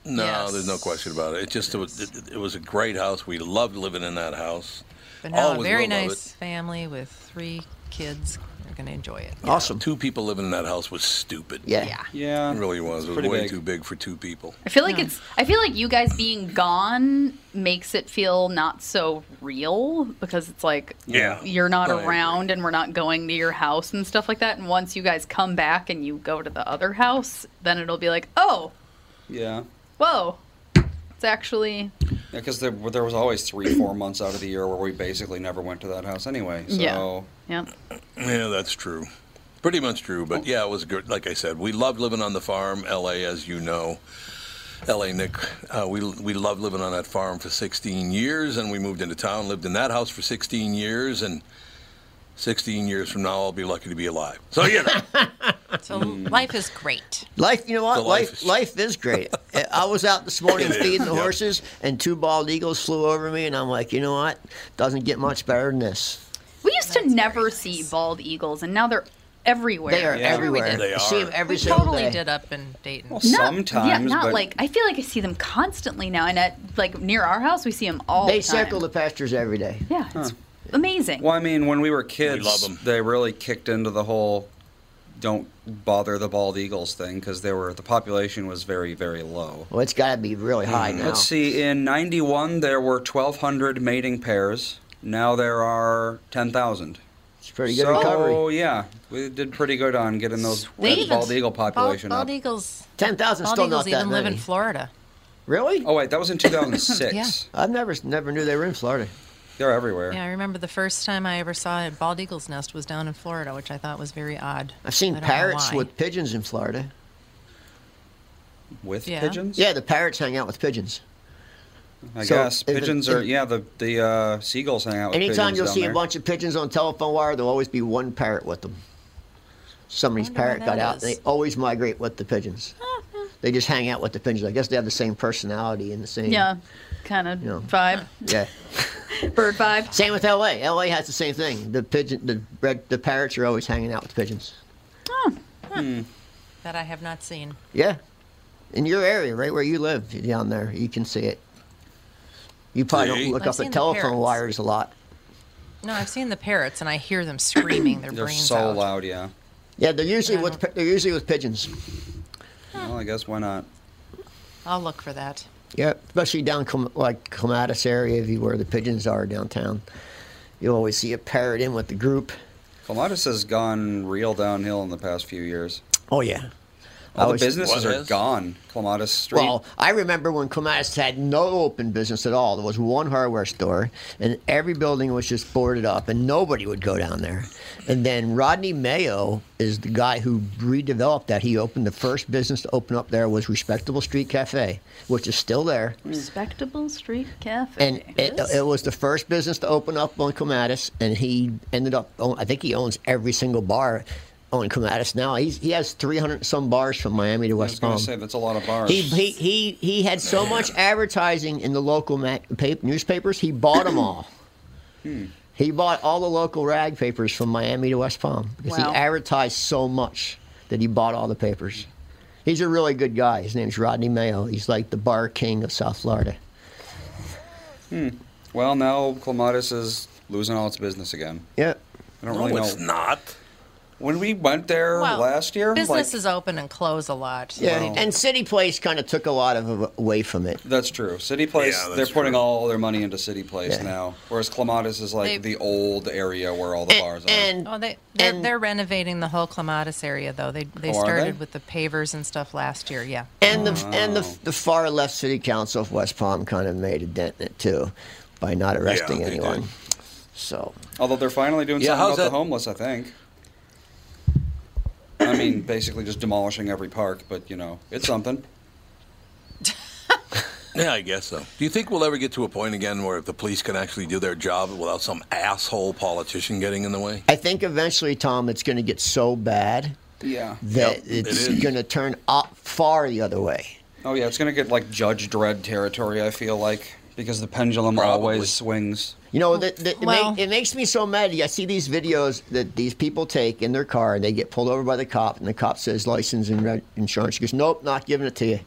Speaker 4: No,
Speaker 7: Yes.
Speaker 4: there's no question about it. It just it was, it, it was a great house. We loved living in that house.
Speaker 7: But now a
Speaker 4: Always
Speaker 7: very
Speaker 4: will love
Speaker 7: nice family with three kids. We're going to enjoy it.
Speaker 3: Awesome.
Speaker 4: Two people living in that house was stupid.
Speaker 3: Yeah.
Speaker 2: Yeah.
Speaker 1: Yeah.
Speaker 4: It really was. It was
Speaker 1: pretty
Speaker 4: way
Speaker 1: big.
Speaker 4: too big for two people.
Speaker 2: I feel like it's. I feel like you guys being gone makes it feel not so real because it's like
Speaker 4: Yeah.
Speaker 2: you're not
Speaker 1: Oh,
Speaker 4: No, I agree.
Speaker 2: around and we're not going to your house and stuff like that. And once you guys come back and you go to the other house, then it'll be like, oh,
Speaker 1: Yeah.
Speaker 2: whoa, it's actually
Speaker 1: Because there, there was always three, four months out of the year where we basically never went to that house anyway. So
Speaker 2: yeah, yeah.
Speaker 4: Yeah, that's true. Pretty much true. But yeah, it was good. Like I said, we loved living on the farm, L.A. As you know, L.A. Nick, uh, we we loved living on that farm for 16 years, and we moved into town, lived in that house for 16 years, and 16 years from now, I'll be lucky to be alive. So you know,
Speaker 7: So life is great.
Speaker 3: Life, you know
Speaker 4: The
Speaker 3: what?
Speaker 4: life
Speaker 3: Life,
Speaker 4: is-
Speaker 3: life, is great. I- I was out this morning
Speaker 4: It is,
Speaker 3: feeding the
Speaker 4: yep.
Speaker 3: horses, and two bald eagles flew over me, and I'm like, you know what? Doesn't get much better than this.
Speaker 2: We used to never see bald eagles, and now they're everywewhere.
Speaker 3: They are
Speaker 1: Yeah.
Speaker 3: everywhere.
Speaker 4: They
Speaker 3: You see
Speaker 4: are.
Speaker 3: them every
Speaker 7: We
Speaker 3: single
Speaker 7: totally
Speaker 3: day.
Speaker 7: did up in Dayton.
Speaker 1: Well,
Speaker 2: Not,
Speaker 1: sometimes,
Speaker 2: yeah, not
Speaker 1: but
Speaker 2: like I feel like I see them constantly now, and at like near our house, we see them all.
Speaker 3: They
Speaker 2: the time.
Speaker 3: circle the pastures every day.
Speaker 2: Yeah, it's amazing.
Speaker 1: Well, I mean, when we were kids,
Speaker 4: love 'em.
Speaker 1: they really kicked into the whole "don't bother the bald eagles" thing because they were the population was very, very low.
Speaker 3: Well, it's got to be really high now.
Speaker 1: Mm, Let's see. In '91, there were 1,200 mating pairs. Now there are 10,000.
Speaker 3: It's pretty good
Speaker 1: so,
Speaker 3: recovery.
Speaker 1: yeah, we did pretty good on getting those
Speaker 7: They
Speaker 1: that
Speaker 7: even-
Speaker 1: bald eagle population
Speaker 7: Bald,
Speaker 1: up.
Speaker 7: bald eagles.
Speaker 3: Ten thousand
Speaker 7: Bald
Speaker 3: still
Speaker 7: eagles
Speaker 3: not that
Speaker 7: even live
Speaker 3: many.
Speaker 7: in Florida.
Speaker 3: really?
Speaker 1: Oh wait, that was in 2006.
Speaker 7: Yeah.
Speaker 3: I've never never knew they were in Florida.
Speaker 1: They're everywhere.
Speaker 7: Yeah, I remember the first time I ever saw a bald eagle's nest was down in Florida, which I thought was very odd.
Speaker 3: I've
Speaker 7: I
Speaker 3: seen
Speaker 7: don't know
Speaker 3: parrots
Speaker 7: why.
Speaker 3: with pigeons in Florida.
Speaker 1: With
Speaker 7: Yeah.
Speaker 1: pigeons?
Speaker 3: Yeah, the parrots hang out with pigeons.
Speaker 1: I
Speaker 3: So,
Speaker 1: guess
Speaker 3: if it-
Speaker 1: pigeons
Speaker 3: if-
Speaker 1: are. yeah, the the uh, seagulls hang out. With
Speaker 3: Anytime
Speaker 1: pigeons
Speaker 3: you'll
Speaker 1: down
Speaker 3: see
Speaker 1: there.
Speaker 3: a bunch of pigeons on telephone wire, there'll always be one parrot with them. Somebody's
Speaker 7: Wonder why
Speaker 3: parrot got
Speaker 7: that
Speaker 3: out.
Speaker 7: is.
Speaker 3: They always migrate with the pigeons. they just hang out with the pigeons. I guess they have the same personality and the same.
Speaker 2: yeah, kind of
Speaker 3: Yeah.
Speaker 2: vibe,
Speaker 3: Yeah.
Speaker 2: bird vibe.
Speaker 3: Same with LA. LA has the same thing. The pigeon, the red, the parrots are always hanging out with pigeons.
Speaker 7: that I have not seen.
Speaker 3: Yeah. In your area, right where you live, down there, you can see it. You probably
Speaker 4: See?
Speaker 3: don't look
Speaker 7: I've
Speaker 3: up at
Speaker 7: seen the
Speaker 3: telephone
Speaker 7: parrots.
Speaker 3: wires a lot.
Speaker 7: No, I've seen the parrots, and I hear them screaming their
Speaker 1: They're
Speaker 7: brains
Speaker 1: so
Speaker 7: out.
Speaker 1: loud. Yeah.
Speaker 3: Yeah, they're usually
Speaker 7: Yeah, I
Speaker 3: with pi- they're usually with pigeons.
Speaker 1: Well, I guess why not?
Speaker 7: I'll look for that.
Speaker 3: Yeah, especially down Clem- like Clematis area, if you where the pigeons are downtown, you always see a parrot in with the group.
Speaker 1: Clematis has gone real downhill in the past few years.
Speaker 3: Oh yeah. I
Speaker 1: All the
Speaker 3: was-
Speaker 1: businesses
Speaker 4: What
Speaker 1: are
Speaker 4: is?
Speaker 1: gone. Clematis Street.
Speaker 3: Well, I remember when Clematis had no open business at all. There was one hardware store, and every building was just boarded up, and nobody would go down there. And then Rodney Mayo is the guy who redeveloped that. He opened the first business to open up there was Respectable Street Cafe, which is still there.
Speaker 2: Respectable street cafe.
Speaker 3: And it, it was the first business to open up on Clematis, and he ended up. Own, I think he owns every single bar on Clematis now. He's, he has 300 and some bars from Miami to
Speaker 1: I was
Speaker 3: West
Speaker 1: going
Speaker 3: Palm.
Speaker 1: to say that's a lot of bars.
Speaker 3: um, He, he, he, he had so much advertising in the local ma- pa- newspapers, he bought them all. He bought all the local rag papers from Miami to West Palm because
Speaker 2: Wow.
Speaker 3: he advertised so much that he bought all the papers. He's a really good guy. His name's Rodney Mayo. He's like the bar king of South Florida.
Speaker 1: well, now Clematis is losing all its business again.
Speaker 3: Yep.
Speaker 1: I don't
Speaker 4: no,
Speaker 1: really
Speaker 4: it's
Speaker 1: know.
Speaker 4: not.
Speaker 1: When we went there last year, like,
Speaker 7: businesses open and close a lot.
Speaker 3: Yeah, and City Place kind of took a lot of av- away from it.
Speaker 1: that's true. City Place,
Speaker 4: Yeah, that's
Speaker 1: they're putting
Speaker 4: true.
Speaker 1: all their money into City Place now, whereas Clematis is like
Speaker 7: They-
Speaker 1: the old area where all the bars are.
Speaker 3: And
Speaker 7: Oh, they they're,
Speaker 3: And-
Speaker 7: they're renovating the whole Clematis area though. They they
Speaker 1: Oh, are
Speaker 7: started
Speaker 1: they?
Speaker 7: with the pavers and stuff last year. Yeah.
Speaker 3: and the and the, the far left City Council of West Palm kind of made a dent in it too, by not arresting
Speaker 4: they did.
Speaker 3: anyone. So
Speaker 1: Although they're finally doing
Speaker 4: Yeah,
Speaker 1: something
Speaker 4: how's
Speaker 1: about the
Speaker 4: that-
Speaker 1: homeless, I think. I mean, basically just demolishing every park, but you know, it's something.
Speaker 4: Yeah, I guess so. Do you think we'll ever get to a point again where if the police can actually do their job without some asshole politician getting in the way?
Speaker 3: I think eventually, Tom, it's going to get so bad
Speaker 1: Yeah.
Speaker 3: that
Speaker 4: Yep, it
Speaker 3: it's
Speaker 4: is.
Speaker 3: going to turn up far the other way.
Speaker 1: Oh yeah, it's gonna get like Judge Dredd territory. I feel like because the pendulum
Speaker 4: Probably.
Speaker 1: always swings.
Speaker 3: You know, that that it,
Speaker 7: Well-
Speaker 3: make, it makes me so mad. I see these videos that these people take in their car and they get pulled over by the cop, and the cop says, license and reg- insurance. She goes, nope, not giving it to you.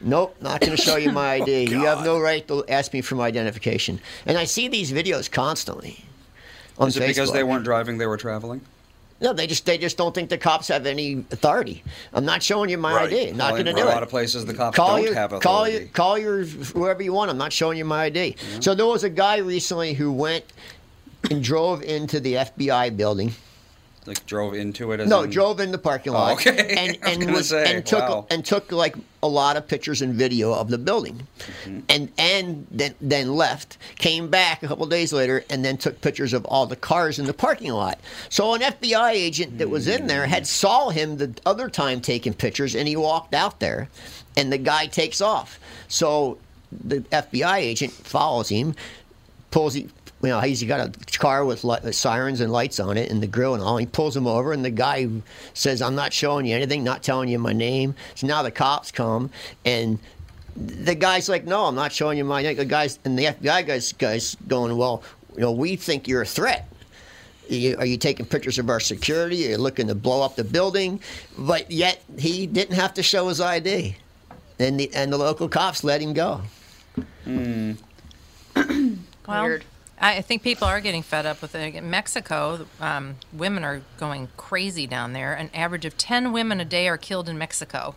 Speaker 3: Nope, not going to show you my ID. you have no right to ask me for my identification. And I see these videos constantly on
Speaker 1: Is it because
Speaker 3: Facebook.
Speaker 1: they weren't driving, they were traveling?
Speaker 3: No, they just they just don't think the cops have any authority. I'm not showing you my ID.
Speaker 1: Well,
Speaker 3: Not going to
Speaker 1: in
Speaker 3: do
Speaker 1: a
Speaker 3: it.
Speaker 1: lot of places the cops
Speaker 3: call
Speaker 1: don't
Speaker 3: your,
Speaker 1: have
Speaker 3: Call
Speaker 1: authority.
Speaker 3: your, call your whoever you want. I'm not showing you my ID. So there was a guy recently who went and drove into the FBI building.
Speaker 1: Like drove into it. As
Speaker 3: No,
Speaker 1: in-
Speaker 3: drove in the parking lot.
Speaker 1: Oh, okay.
Speaker 3: And
Speaker 1: I was
Speaker 3: and
Speaker 1: gonna
Speaker 3: was,
Speaker 1: say,
Speaker 3: and took
Speaker 1: wow.
Speaker 3: and took like a lot of pictures and video of the building,
Speaker 1: Mm-hmm.
Speaker 3: and and then then left. Came back a couple days later and then took pictures of all the cars in the parking lot. So an FBI agent that was in there
Speaker 1: Mm.
Speaker 3: had saw him the other time taking pictures, and he walked out there, and the guy takes off. So the FBI agent follows him, pulls he you know he's got a car with li- with sirens and lights on it and the grill and all he pulls him over and the guy says i'm not showing you anything not telling you my name so now the cops come and the guy's like no i'm not showing you my name the guys and the fbi guys guys going well you know we think you're a threat you, are you taking pictures of our security? Are you looking to blow up the building? But yet he didn't have to show his ID, and the and the local cops let him go.
Speaker 7: Well,
Speaker 2: Weird.
Speaker 7: I I think people are getting fed up with it. In Mexico, um, women are going crazy down there. An average of 10 women a day are killed in Mexico.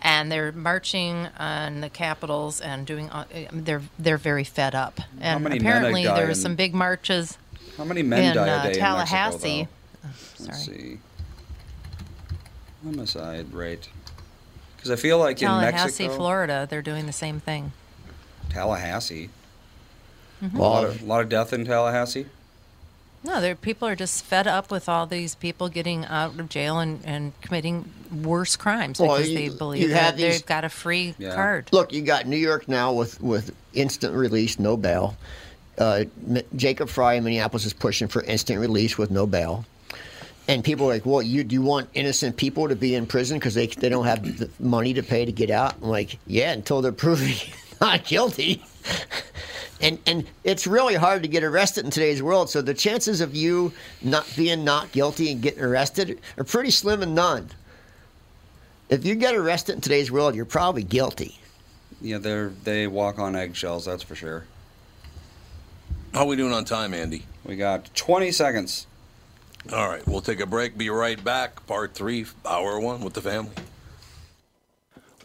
Speaker 7: And they're marching on the capitals and doing. uh, They're they're very fed up. And
Speaker 1: many men have
Speaker 7: apparently, there
Speaker 1: died
Speaker 7: were
Speaker 1: in-
Speaker 7: some big marches
Speaker 1: How many men
Speaker 7: in
Speaker 1: die a
Speaker 7: uh,
Speaker 1: day
Speaker 7: Tallahassee.
Speaker 1: in Mexico?
Speaker 7: Oh,
Speaker 1: though?
Speaker 7: sorry.
Speaker 1: Let's see. Homicide rate. Because I feel like in
Speaker 7: Tallahassee,
Speaker 1: Mexico,
Speaker 7: Florida, they're doing the same thing.
Speaker 1: Tallahassee, a lot
Speaker 3: Well,
Speaker 1: of, lot of death in Tallahassee.
Speaker 7: No, there people are just fed up with all these people getting out of jail and, and committing worse crimes
Speaker 3: Well,
Speaker 7: because
Speaker 3: you-
Speaker 7: they
Speaker 3: you
Speaker 7: believe
Speaker 3: have
Speaker 7: that
Speaker 3: these-
Speaker 7: they've got a free
Speaker 1: Yeah.
Speaker 7: card.
Speaker 3: Look, you got New York now with, with instant release, no bail. Uh, M- Jacob Fry in Minneapolis is pushing for instant release with no bail. And people are like, well, you do you want innocent people to be in prison because they, they don't have the money to pay to get out? I'm like, yeah, until they're proven not guilty. And, and it's really hard to get arrested in today's world. So the chances of you not being not guilty and getting arrested are pretty slim and none. If you get arrested in today's world, you're probably guilty.
Speaker 1: Yeah, they are they walk on eggshells. That's for sure.
Speaker 4: How we doing on time, Andy?
Speaker 1: We got 20 seconds.
Speaker 4: All right, we'll take a break. Be right back. Part three, hour one with the family.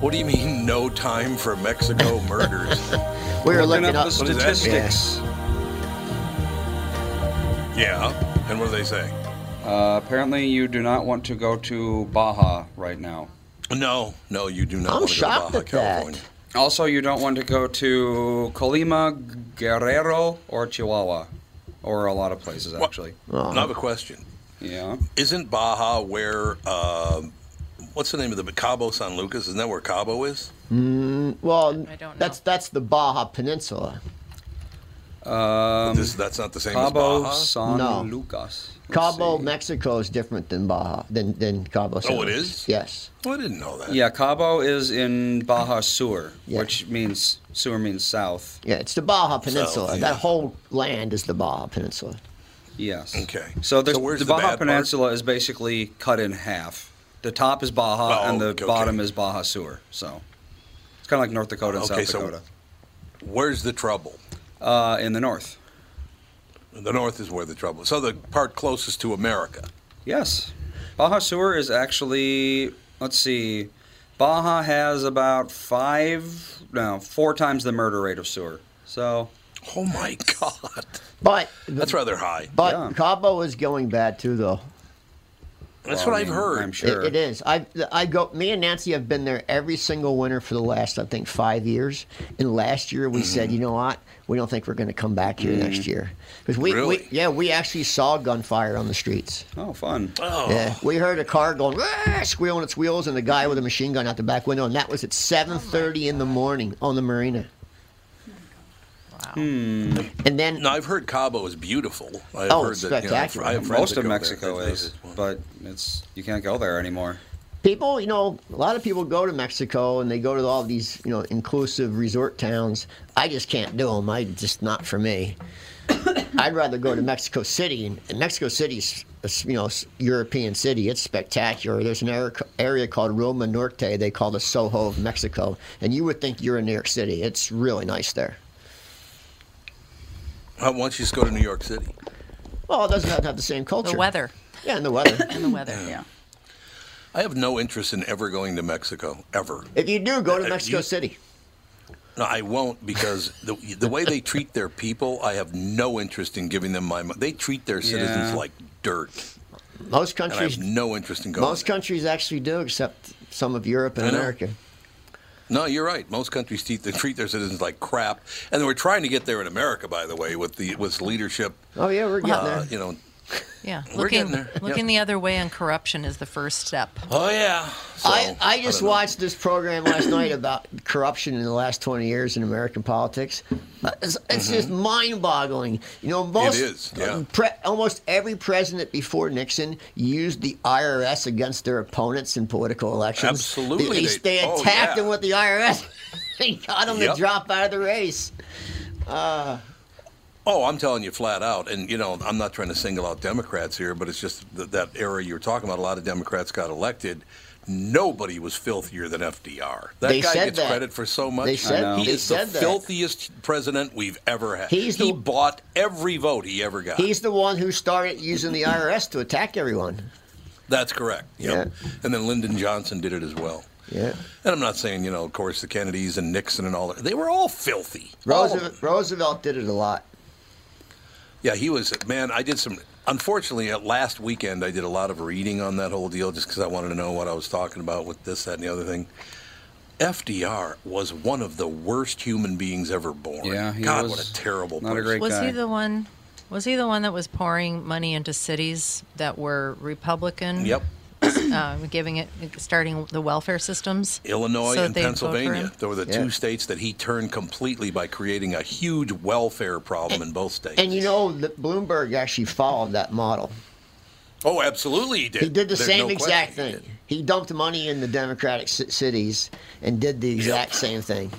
Speaker 4: What do you mean, no time for Mexico murders?
Speaker 3: We were
Speaker 1: Looking
Speaker 3: looking
Speaker 1: up
Speaker 3: up.
Speaker 1: the
Speaker 4: what is that?
Speaker 1: statistics.
Speaker 4: yeah, and what are they saying?
Speaker 1: Uh, apparently, you do not want to go to Baja right now.
Speaker 4: No, no, you do not
Speaker 3: I'm
Speaker 4: want to go to
Speaker 3: shocked
Speaker 4: Baja,
Speaker 3: at that.
Speaker 4: California.
Speaker 1: Also, you don't want to go to Colima, Guerrero, or Chihuahua, or a lot of places actually.
Speaker 4: I
Speaker 3: Oh.
Speaker 4: have a question.
Speaker 1: Yeah.
Speaker 4: Isn't Baja where? um what's the name of the Cabo San Lucas? Isn't that where Cabo is?
Speaker 3: Well,
Speaker 7: I don't know.
Speaker 3: that's that's the Baja Peninsula.
Speaker 1: Um,
Speaker 4: this, that's not the same
Speaker 1: Cabo
Speaker 4: as Baja.
Speaker 1: San
Speaker 3: No.
Speaker 1: Lucas.
Speaker 3: Cabo, Mexico is different than Baja than than Cabo. San
Speaker 4: Oh, it
Speaker 3: Lucas.
Speaker 4: is?
Speaker 3: Yes.
Speaker 4: Oh, I didn't know that.
Speaker 1: Yeah, Cabo is in Baja Sur,
Speaker 3: Yeah.
Speaker 1: which means sewer means south.
Speaker 3: Yeah, it's the Baja Peninsula.
Speaker 4: yeah.
Speaker 3: That whole land is the Baja Peninsula.
Speaker 1: Yes.
Speaker 4: Okay.
Speaker 1: So, there's,
Speaker 4: So where's
Speaker 1: the
Speaker 4: the
Speaker 1: Baja
Speaker 4: bad part?
Speaker 1: Peninsula is basically cut in half. The top is Baja,
Speaker 4: Oh,
Speaker 1: and the
Speaker 4: okay, okay.
Speaker 1: bottom is Baja Sur. So it's kind of like North Dakota and
Speaker 4: Okay,
Speaker 1: South
Speaker 4: so-
Speaker 1: Dakota
Speaker 4: Where's the trouble?
Speaker 1: uh, in the north.
Speaker 4: The north is where the trouble. is. So the part closest to America.
Speaker 1: Yes. Baja Sur is actually, let's see, Baja has about five, no, four times the murder rate of Sur. So,
Speaker 4: Oh my God,
Speaker 3: But
Speaker 4: that's rather high.
Speaker 3: but
Speaker 1: yeah.
Speaker 3: Cabo is going bad too, though.
Speaker 4: That's
Speaker 1: well,
Speaker 4: what
Speaker 1: I
Speaker 4: I've
Speaker 1: mean,
Speaker 4: heard.
Speaker 1: I'm
Speaker 3: It-
Speaker 1: sure.
Speaker 3: it is. I I go. Me and Nancy have been there every single winter for the last I think five years. And last year we said,
Speaker 4: Mm-hmm.
Speaker 3: you know what? We don't think we're going to come back here next year because we, we
Speaker 4: Really?
Speaker 3: yeah we actually saw gunfire on the streets.
Speaker 1: Oh, fun.
Speaker 4: Oh,
Speaker 3: Yeah, we heard a car going "Ah," squealing its wheels and a guy with a machine gun out the back window, and that was at 7:30 in the morning on the marina.
Speaker 7: Wow.
Speaker 3: And then
Speaker 4: Hmm. No, I've heard Cabo is beautiful. I've
Speaker 3: Oh,
Speaker 4: heard
Speaker 3: it's
Speaker 4: that, you know,
Speaker 3: spectacular.
Speaker 4: I have friends
Speaker 1: Most
Speaker 4: that
Speaker 1: of
Speaker 4: go there.
Speaker 1: Mexico
Speaker 4: They've
Speaker 1: is,
Speaker 4: visited.
Speaker 1: but it's you can't go there anymore.
Speaker 3: people, you know, a lot of people go to Mexico and they go to all these, you know, inclusive resort towns. I just can't do them. I just not for me. I'd rather go to Mexico City, and and Mexico City's a s- you know s- European city. It's spectacular. There's an area, area called Roma Norte. They call the Soho of Mexico, and you would think you're in New York City. It's really nice there.
Speaker 4: Why don't you just go to New York City?
Speaker 3: Well, it doesn't have to have the same culture.
Speaker 7: The weather.
Speaker 3: Yeah, and the weather.
Speaker 2: and the weather. Yeah.
Speaker 4: I have no interest in ever going to Mexico ever.
Speaker 3: if you do, go to
Speaker 4: Uh,
Speaker 3: Mexico
Speaker 4: you-
Speaker 3: City.
Speaker 4: No, I won't because the the way they treat their people, I have no interest in giving them my money. They treat their citizens
Speaker 1: Yeah.
Speaker 4: like dirt,
Speaker 3: Most
Speaker 4: and I have
Speaker 3: countries,
Speaker 4: no interest in going.
Speaker 3: most
Speaker 4: there.
Speaker 3: countries actually do, except some of Europe and
Speaker 4: I know.
Speaker 3: America.
Speaker 4: No, you're right. Most countries treat, they treat their citizens like crap, and we're trying to get there in America, by the way, with the with leadership.
Speaker 3: Oh yeah, we're getting
Speaker 4: Uh,
Speaker 3: there.
Speaker 4: you know.
Speaker 7: Yeah.
Speaker 4: We're
Speaker 7: Looking,
Speaker 4: getting there. Yep.
Speaker 7: looking the other way on corruption is the first step.
Speaker 4: Oh yeah. So,
Speaker 3: I, I just
Speaker 4: don't know.
Speaker 3: watched this program last night about corruption in the last 20 years in American politics. Uh, It's, it's just mind-boggling. You know, most
Speaker 4: Mm-hmm. is, yeah.
Speaker 3: pre- almost every president before Nixon used the IRS against their opponents in political elections.
Speaker 4: Absolutely,
Speaker 3: At least
Speaker 4: they-
Speaker 3: they
Speaker 4: oh,
Speaker 3: attacked
Speaker 4: yeah.
Speaker 3: them with the IRS. they got them
Speaker 4: Yep.
Speaker 3: to drop out of the race.
Speaker 4: Oh, I'm telling you flat out, and you know, I'm not trying to single out Democrats here, but it's just that, that era you're talking about. A lot of Democrats got elected. Nobody was filthier than FDR. That
Speaker 3: They
Speaker 4: guy
Speaker 3: said
Speaker 4: gets
Speaker 3: that.
Speaker 4: credit for so much.
Speaker 3: They said- I know.
Speaker 4: he
Speaker 3: they
Speaker 4: is
Speaker 3: said
Speaker 4: the
Speaker 3: that.
Speaker 4: filthiest president we've ever had.
Speaker 3: He's
Speaker 4: he
Speaker 3: the-
Speaker 4: bought every vote he ever got.
Speaker 3: He's the one who started using the IRS to attack everyone.
Speaker 4: That's correct. Yep. And then Lyndon Johnson did it as well.
Speaker 3: Yeah.
Speaker 4: And I'm not saying, you know, of course, the Kennedys and Nixon and all that. They were all filthy. All of them.
Speaker 3: Roosevelt, Roosevelt did it a lot.
Speaker 4: Yeah, he was man. I did some. Unfortunately, at last weekend, I did a lot of reading on that whole deal just because I wanted to know what I was talking about with this, that, and the other thing. FDR was one of the worst human beings ever born.
Speaker 1: Yeah, he
Speaker 4: God,
Speaker 1: was
Speaker 4: what a terrible.
Speaker 1: not a
Speaker 4: person.
Speaker 1: great
Speaker 7: Was
Speaker 1: guy.
Speaker 7: he the one? Was he the one that was pouring money into cities that were Republican?
Speaker 4: Yep,
Speaker 7: um, giving it, starting the welfare systems.
Speaker 4: Illinois
Speaker 7: so that
Speaker 4: and
Speaker 7: they'd vote for
Speaker 4: Pennsylvania.
Speaker 7: him?
Speaker 4: They were the
Speaker 3: Yeah.
Speaker 4: two states that he turned completely by creating a huge welfare problem in both states.
Speaker 3: And you know, that Bloomberg actually followed that model.
Speaker 4: oh, absolutely, he did.
Speaker 3: He did the
Speaker 4: There's
Speaker 3: same
Speaker 4: no question
Speaker 3: exact
Speaker 4: he
Speaker 3: thing.
Speaker 4: did.
Speaker 3: He dumped money in the Democratic c- cities and did the exact same thing.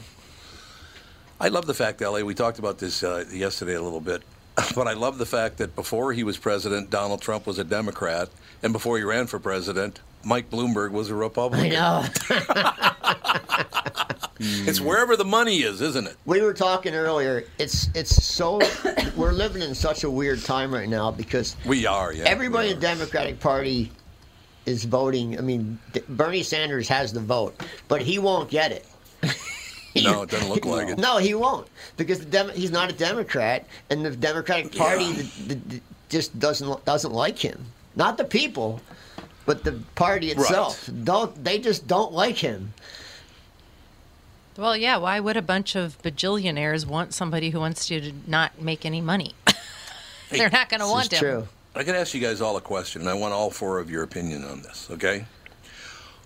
Speaker 4: I love the fact, LA, we talked about this uh, yesterday a little bit, but I love the fact that before he was president, Donald Trump was a Democrat, and before he ran for president, Mike Bloomberg was a
Speaker 3: I
Speaker 4: Republican.
Speaker 3: know.
Speaker 4: It's wherever the money is, isn't it?
Speaker 3: we were talking earlier. It's it's so we're living in such a weird time right now because
Speaker 4: We are, yeah.
Speaker 3: everybody
Speaker 4: we
Speaker 3: in
Speaker 4: are.
Speaker 3: the Democratic Party is voting. I mean, D- Bernie Sanders has the vote, but he won't get it.
Speaker 4: No, it doesn't look like it.
Speaker 3: No, he won't because the Dem- he's not a Democrat, and the Democratic Party the, the, the, just doesn't doesn't like him. Not the people, but the party itself. Don't they just don't like him?
Speaker 7: Well, yeah. Why would a bunch of bajillionaires want somebody who wants you to not make any money? They're not going to want
Speaker 3: It's
Speaker 7: him.
Speaker 3: true.
Speaker 4: I could ask you guys all a question, and I want all four of your opinion on this, okay?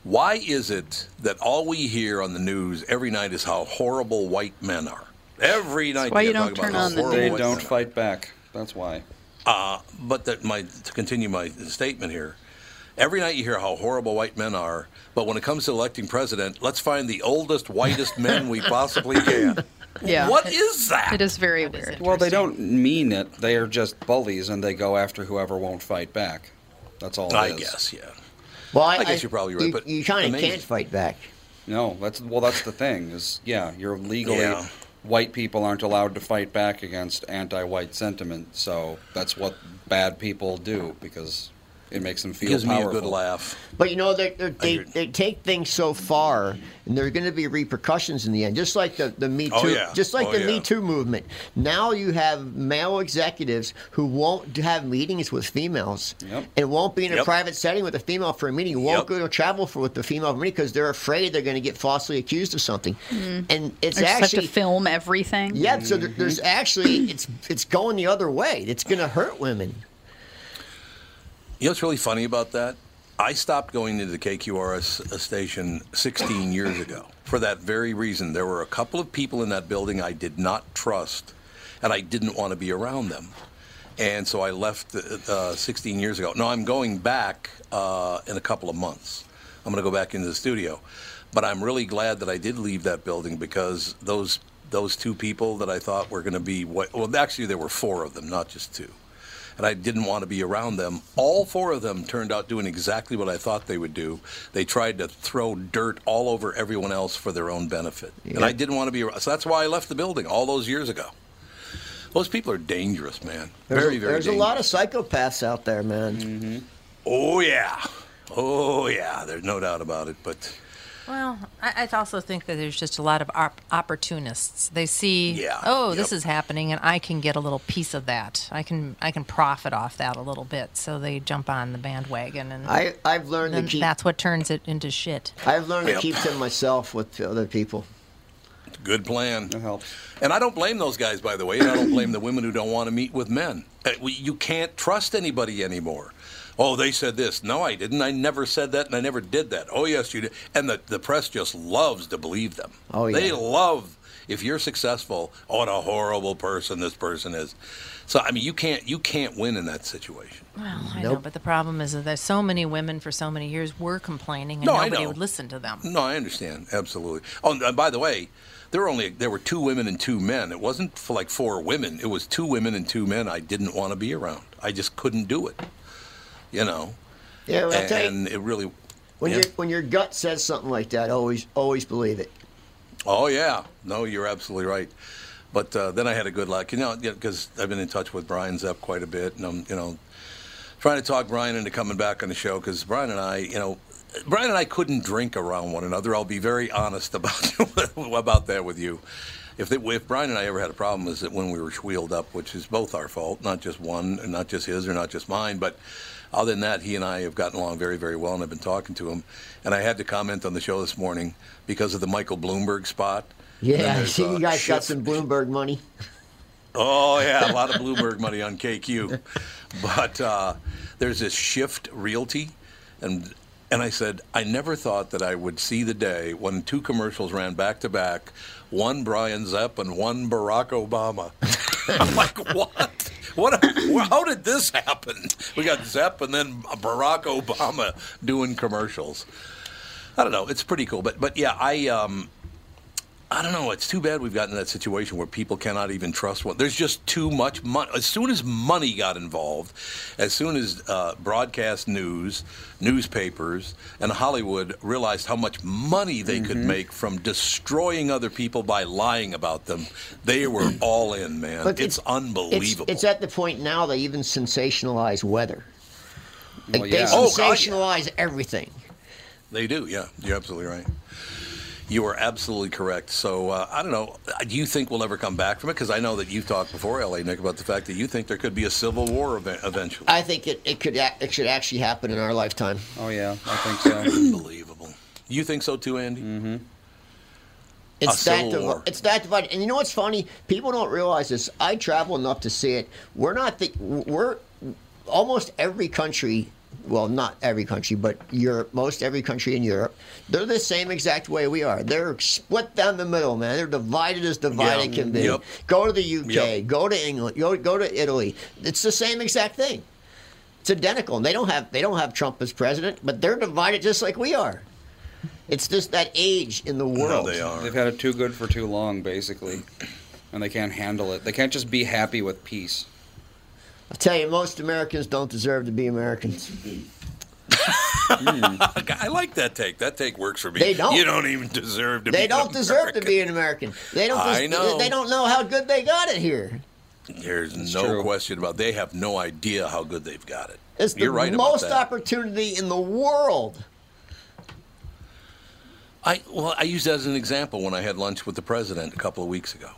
Speaker 4: Why is it that all we hear on the news every night is how horrible white men are? Every night.
Speaker 1: why
Speaker 4: they
Speaker 1: you
Speaker 4: gotta
Speaker 1: don't
Speaker 4: talk about
Speaker 1: turn
Speaker 4: how
Speaker 1: on the
Speaker 4: horrible
Speaker 1: news.
Speaker 4: it
Speaker 1: They don't
Speaker 4: is.
Speaker 1: fight back. That's why.
Speaker 4: Uh, but that my to continue my statement here. Every night you hear how horrible white men are, but when it comes to electing president, let's find the oldest, whitest men we possibly can.
Speaker 2: Yeah.
Speaker 4: What is that?
Speaker 2: It is very weird.
Speaker 1: Well, they don't mean it. They are just bullies, and they go after whoever won't fight back. That's all. It
Speaker 4: I
Speaker 1: is.
Speaker 4: guess, yeah.
Speaker 3: Well,
Speaker 1: I guess you're probably right,
Speaker 3: you,
Speaker 1: but
Speaker 3: you kind of
Speaker 1: amazing.
Speaker 3: can't fight back.
Speaker 1: No, that's well. That's the thing is, yeah, you're legally
Speaker 3: Yeah.
Speaker 1: white people aren't allowed to fight back against anti-white sentiment. So that's what bad people do because it makes them feel
Speaker 4: Gives me a
Speaker 1: powerful.
Speaker 4: good laugh.
Speaker 3: But you know, they they they, they take things so far, and there are going to be repercussions in the end. Just like the, the Me Too,
Speaker 4: Oh, yeah.
Speaker 3: just like
Speaker 4: Oh,
Speaker 3: the
Speaker 4: yeah.
Speaker 3: Me Too movement. Now you have male executives who won't have meetings with females, and won't be in a
Speaker 4: Yep.
Speaker 3: private setting with a female for a meeting. Won't go to travel for with the female meeting because they're afraid they're going to get falsely accused of something. And it's
Speaker 2: They just have to
Speaker 3: actually
Speaker 2: film everything.
Speaker 3: Yeah, so
Speaker 4: Mm-hmm.
Speaker 3: there, there's actually it's it's going the other way. It's going to hurt women.
Speaker 4: You know what's really funny about that? I stopped going to the KQRS uh, station 16 years ago for that very reason. There were a couple of people in that building I did not trust, and I didn't want to be around them. And so I left uh, 16 years ago. Now I'm going back uh, in a couple of months. I'm going to go back into the studio, but I'm really glad that I did leave that building because those those two people that I thought were going to be what, well, actually there were four of them, not just two and I didn't want to be around them. All four of them turned out doing exactly what I thought they would do. They tried to throw dirt all over everyone else for their own benefit. And I didn't want to be around. So that's why I left the building all those years ago. Those people are dangerous, man.
Speaker 3: There's
Speaker 4: very,
Speaker 3: a,
Speaker 4: very
Speaker 3: There's a
Speaker 4: dangerous.
Speaker 3: lot of psychopaths out there, man. Mm-hmm.
Speaker 4: Oh, yeah. Oh, yeah. There's no doubt about it. But
Speaker 7: Well, I, I also think that there's just a lot of op- opportunists. They see,
Speaker 4: Yeah,
Speaker 7: oh, this
Speaker 4: yep.
Speaker 7: is happening, and I can get a little piece of that. I can I can profit off that a little bit. So they jump on the bandwagon, and
Speaker 3: I I've learned
Speaker 7: then
Speaker 3: to keep.
Speaker 7: that's what turns it into shit.
Speaker 3: I've learned
Speaker 4: Yep.
Speaker 3: to keep to myself with the other people.
Speaker 4: Good plan. That
Speaker 1: helps.
Speaker 4: And I don't blame those guys, by the way. And I don't blame the women who don't want to meet with men. Uh, we- You can't trust anybody anymore. Oh, they said this. No, I didn't. I never said that, and I never did that. Oh, yes, you did. And the, the press just loves to believe them.
Speaker 3: Oh, yeah.
Speaker 4: They love if you're successful. Oh, what a horrible person this person is. So I mean, you can't you can't win in that situation.
Speaker 7: Well, I know,
Speaker 4: Nope.
Speaker 7: but the problem is that there's so many women for so many years were complaining, and
Speaker 4: No, I
Speaker 7: nobody
Speaker 4: know.
Speaker 7: would listen to them.
Speaker 4: No, I understand absolutely. Oh, and by the way, there were only there were two women and two men. It wasn't for like four women. It was two women and two men. I didn't want to be around. I just couldn't do it. You know.
Speaker 3: Yeah, well, I'll
Speaker 4: and,
Speaker 3: tell you-
Speaker 4: it really.
Speaker 3: When
Speaker 4: yeah.
Speaker 3: your when your gut says something like that, always always believe it.
Speaker 4: Oh yeah, no, you're absolutely right. But uh, then I had a good luck, you know, because I've been in touch with Brian Zepp quite a bit, and I'm, you know, trying to talk Brian into coming back on the show because Brian and I, you know, Brian and I couldn't drink around one another. I'll be very honest about about that with you. If, they, if Brian and I ever had a problem, is that when we were wheeled up, which is both our fault, not just one, and not just his or not just mine, but other than that, he and I have gotten along very, very well, and I've been talking to him. And I had to comment on the show this morning because of the Michael Bloomberg spot. And then
Speaker 3: Yeah, I
Speaker 4: there's,
Speaker 3: see
Speaker 4: uh,
Speaker 3: you guys got
Speaker 4: Schiff-
Speaker 3: some Bloomberg money.
Speaker 4: Oh yeah, a lot of Bloomberg money on KQ, but uh, there's this Shift Realty, and and I said I never thought that I would see the day when two commercials ran back to back, one Brian Zepp and one Barack Obama. I'm like, what? What? A, how did this happen? We got Zepp and then Barack Obama doing commercials. I don't know. It's pretty cool, but but yeah, I um, I don't know. It's too bad we've gotten in that situation where people cannot even trust one. There's just too much money. As soon as money got involved, as soon as uh, broadcast news, newspapers, and Hollywood realized how much money they could make from destroying other people by lying about them, they were all in, man.
Speaker 3: But
Speaker 4: it's,
Speaker 3: It's,
Speaker 4: unbelievable.
Speaker 3: it's at the point now they even sensationalize weather. Like,
Speaker 4: Well,
Speaker 3: They
Speaker 4: yeah. Oh, God, yeah.
Speaker 3: sensationalize everything.
Speaker 4: They do, yeah. You're absolutely right. You are absolutely correct. So uh, I don't know. Do you think we'll ever come back from it? Because I know that you've talked before, LA Nick, about the fact that you think there could be a civil war event eventually.
Speaker 3: I think it, it could ac- it should actually happen in our lifetime.
Speaker 1: Oh yeah, I think so.
Speaker 4: Unbelievable. You think so too, Andy? Mm-hmm. a
Speaker 3: It's that
Speaker 4: civil
Speaker 3: divi-
Speaker 4: war.
Speaker 3: it's that divided. And you know what's funny? People don't realize this. I travel enough to see it. We're not the we're almost every country well, not every country, but Europe, most every country in Europe, they're the same exact way we are. They're split down the middle, man. They're divided as divided
Speaker 8: Yeah.
Speaker 3: can be.
Speaker 8: Yep.
Speaker 3: Go to the UK,
Speaker 8: Yep.
Speaker 3: go to England, go, go to Italy. It's the same exact thing. It's identical. And they don't have they don't have Trump as president, but they're divided just like we are. It's just that age in the world.
Speaker 1: They've had it too good for too long, basically, and they can't handle it. They can't just be happy with peace.
Speaker 3: I'll tell you, most Americans don't deserve to be Americans.
Speaker 4: I like that take. That take works for me.
Speaker 3: They don't.
Speaker 4: You don't even deserve to.
Speaker 3: They
Speaker 4: be
Speaker 3: don't deserve to be an American. They don't.
Speaker 4: I
Speaker 3: des-
Speaker 4: know.
Speaker 3: They don't know how good they got it here.
Speaker 4: There's no question about. They have no idea how good they've got it.
Speaker 3: It's the
Speaker 4: You're right
Speaker 3: most
Speaker 4: about that.
Speaker 3: opportunity in the world.
Speaker 4: I well, I used that as an example when I had lunch with the president a couple of weeks ago.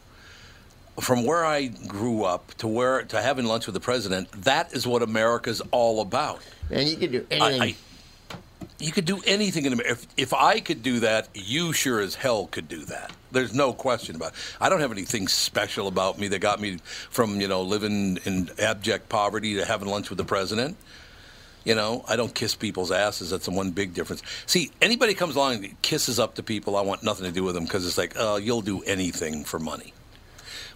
Speaker 4: From where I grew up to where to having lunch with the president, that is what America's all about.
Speaker 3: And you could do
Speaker 4: anything. you could do anything in America. If, if I could do that, you sure as hell could do that. There's no question about it. I don't have anything special about me that got me from you know living in abject poverty to having lunch with the president. You know, I don't kiss people's asses. That's the one big difference. See, anybody comes along and kisses up to people, I want nothing to do with them because it's like, oh, you'll do anything for money.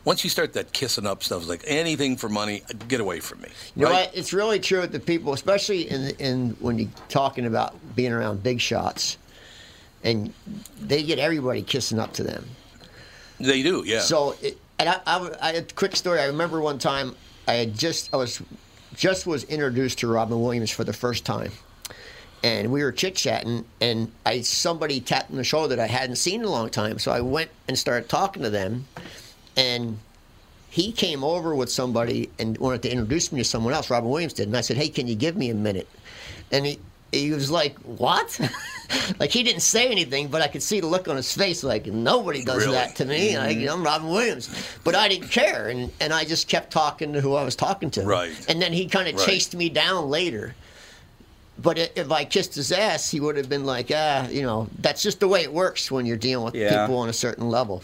Speaker 4: Once you start that kissing up stuff, it's like anything for money, get away from me.
Speaker 3: You know what? It's really true with the people, especially in in when you're talking about being around big shots, and they get everybody kissing up to them.
Speaker 4: They do, yeah.
Speaker 3: So, it, and I, I, I a quick story. I remember one time I had just I was just was introduced to Robin Williams for the first time, and we were chit chatting, and I somebody tapped me on the shoulder that I hadn't seen in a long time. So I went and started talking to them, and he came over with somebody and wanted to introduce me to someone else. Robin Williams did, and I said, "Hey, can you give me a minute?" And he he was like, "What?" like he didn't say anything, but I could see the look on his face. Like nobody does
Speaker 8: Really?
Speaker 3: that to me. Like,
Speaker 4: Mm-hmm.
Speaker 8: Mhm.
Speaker 3: I'm Robin Williams, but I didn't care, and and I just kept talking to who I was talking to. Right. And then he kind of
Speaker 8: Right.
Speaker 3: chased me down later. But i- if I kissed his ass, he would have been like, ah, you know, that's just the way it works when you're dealing with
Speaker 4: Yeah.
Speaker 3: people on a certain level.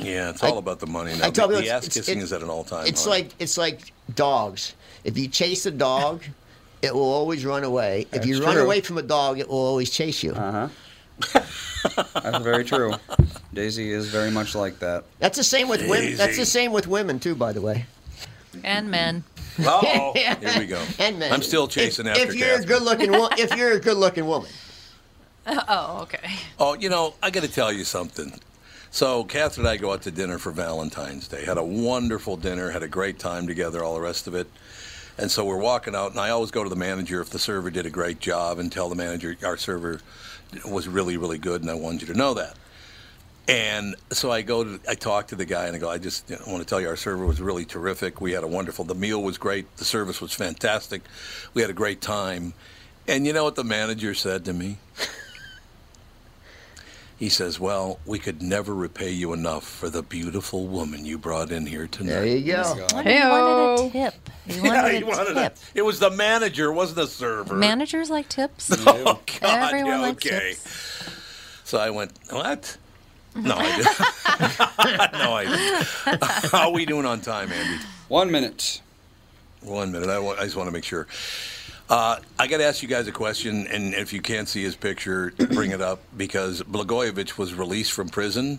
Speaker 4: Yeah, it's all about the money now.
Speaker 3: I tell
Speaker 4: the
Speaker 3: you,
Speaker 4: the
Speaker 3: it's-
Speaker 4: ass
Speaker 3: it's-
Speaker 4: kissing
Speaker 3: it-
Speaker 4: is at an all-time
Speaker 3: It's
Speaker 4: high.
Speaker 3: like it's like dogs. If you chase a dog, it will always run away. If you
Speaker 1: That's
Speaker 3: run
Speaker 1: true.
Speaker 3: away from a dog, it will always chase you.
Speaker 4: Uh-huh.
Speaker 1: Uh huh. That's very true. Daisy is very much like that.
Speaker 3: That's the same with women. That's
Speaker 1: Easy.
Speaker 3: the same with women too, by the way.
Speaker 7: And men.
Speaker 4: Oh, here we go.
Speaker 3: And men.
Speaker 4: I'm still chasing
Speaker 3: if,
Speaker 4: after
Speaker 3: If you're a
Speaker 4: Catherine.
Speaker 3: good looking, wo- if you're a good looking woman,
Speaker 7: Oh, okay.
Speaker 4: Oh, you know, I got to tell you something. So, Catherine and I go out to dinner for Valentine's Day. Had a wonderful dinner, had a great time together, all the rest of it. And so we're walking out, and I always go to the manager if the server did a great job and tell the manager our server was really, really good, and I wanted you to know that. And so I go to, I talk to the guy and I go, I just you know, want to tell you our server was really terrific. We had a wonderful, the meal was great. The service was fantastic. We had a great time. And you know what the manager said to me? he says, Well, we could never repay you enough for the beautiful woman you brought in here tonight. There
Speaker 3: you go.
Speaker 7: wanted a tip. You wanted
Speaker 4: Yeah,
Speaker 7: a
Speaker 4: he wanted a-
Speaker 7: tip.
Speaker 4: it was the manager, it wasn't the server.
Speaker 7: Managers like tips.
Speaker 4: Oh, God,
Speaker 7: Everyone
Speaker 4: yeah,
Speaker 7: likes
Speaker 4: okay.
Speaker 7: tips.
Speaker 4: So I went, what? No, I didn't. no, I didn't. How are we doing on time, Andy?
Speaker 1: One minute.
Speaker 4: One minute. I wa- I just want to make sure. Uh, I got to ask you guys a question, and if you can't see his picture, bring it up because Blagojevich was released from prison,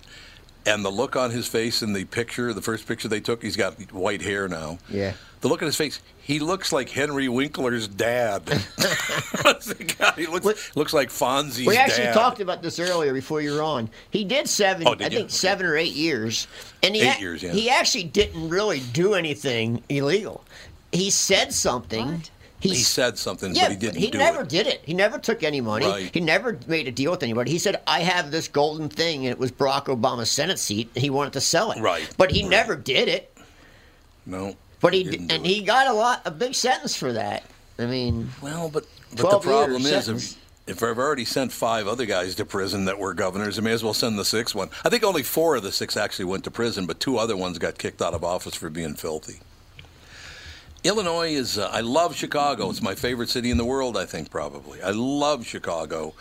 Speaker 4: and the look on his face in the picture, the first picture they took, he's got white hair now.
Speaker 3: yeah.
Speaker 4: The look on his face, he looks like Henry Winkler's dad. God, he looks, looks like Fonzie's
Speaker 3: we actually
Speaker 4: dad.
Speaker 3: talked about this earlier before you were on. He did seven,
Speaker 4: Oh, did
Speaker 3: I
Speaker 4: you?
Speaker 3: think seven or eight years, and he
Speaker 4: Eight
Speaker 3: ac-
Speaker 4: years, yeah.
Speaker 3: he actually didn't really do anything illegal. He said something.
Speaker 4: He said something,
Speaker 3: yeah,
Speaker 4: but he didn't
Speaker 3: he
Speaker 4: do
Speaker 3: never
Speaker 4: it.
Speaker 3: did it. He never took any money.
Speaker 4: Right.
Speaker 3: He never made a deal with anybody. He said, "I have this golden thing, and it was Barack Obama's Senate seat, and he wanted to sell it."
Speaker 4: Right.
Speaker 3: But he
Speaker 4: Right.
Speaker 3: never did it.
Speaker 4: No.
Speaker 3: But he, did, and he got a lot, a big sentence for that. I mean,
Speaker 4: well, But the
Speaker 3: 12 year
Speaker 4: problem is,
Speaker 3: sentence.
Speaker 4: if, if I've already sent five other guys to prison that were governors, I may as well send the sixth one. I think only four of the six actually went to prison, but two other ones got kicked out of office for being filthy. Illinois is, uh, I love Chicago. It's my favorite city in the world, I think, probably. I love Chicago,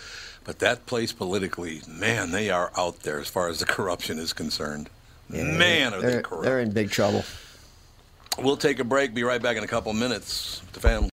Speaker 4: but that place politically, man, they are out there as far as the corruption is concerned. man, are they
Speaker 3: they're,
Speaker 4: corrupt.
Speaker 3: they're in big trouble.
Speaker 4: We'll take a break, be right back in a couple minutes. The family.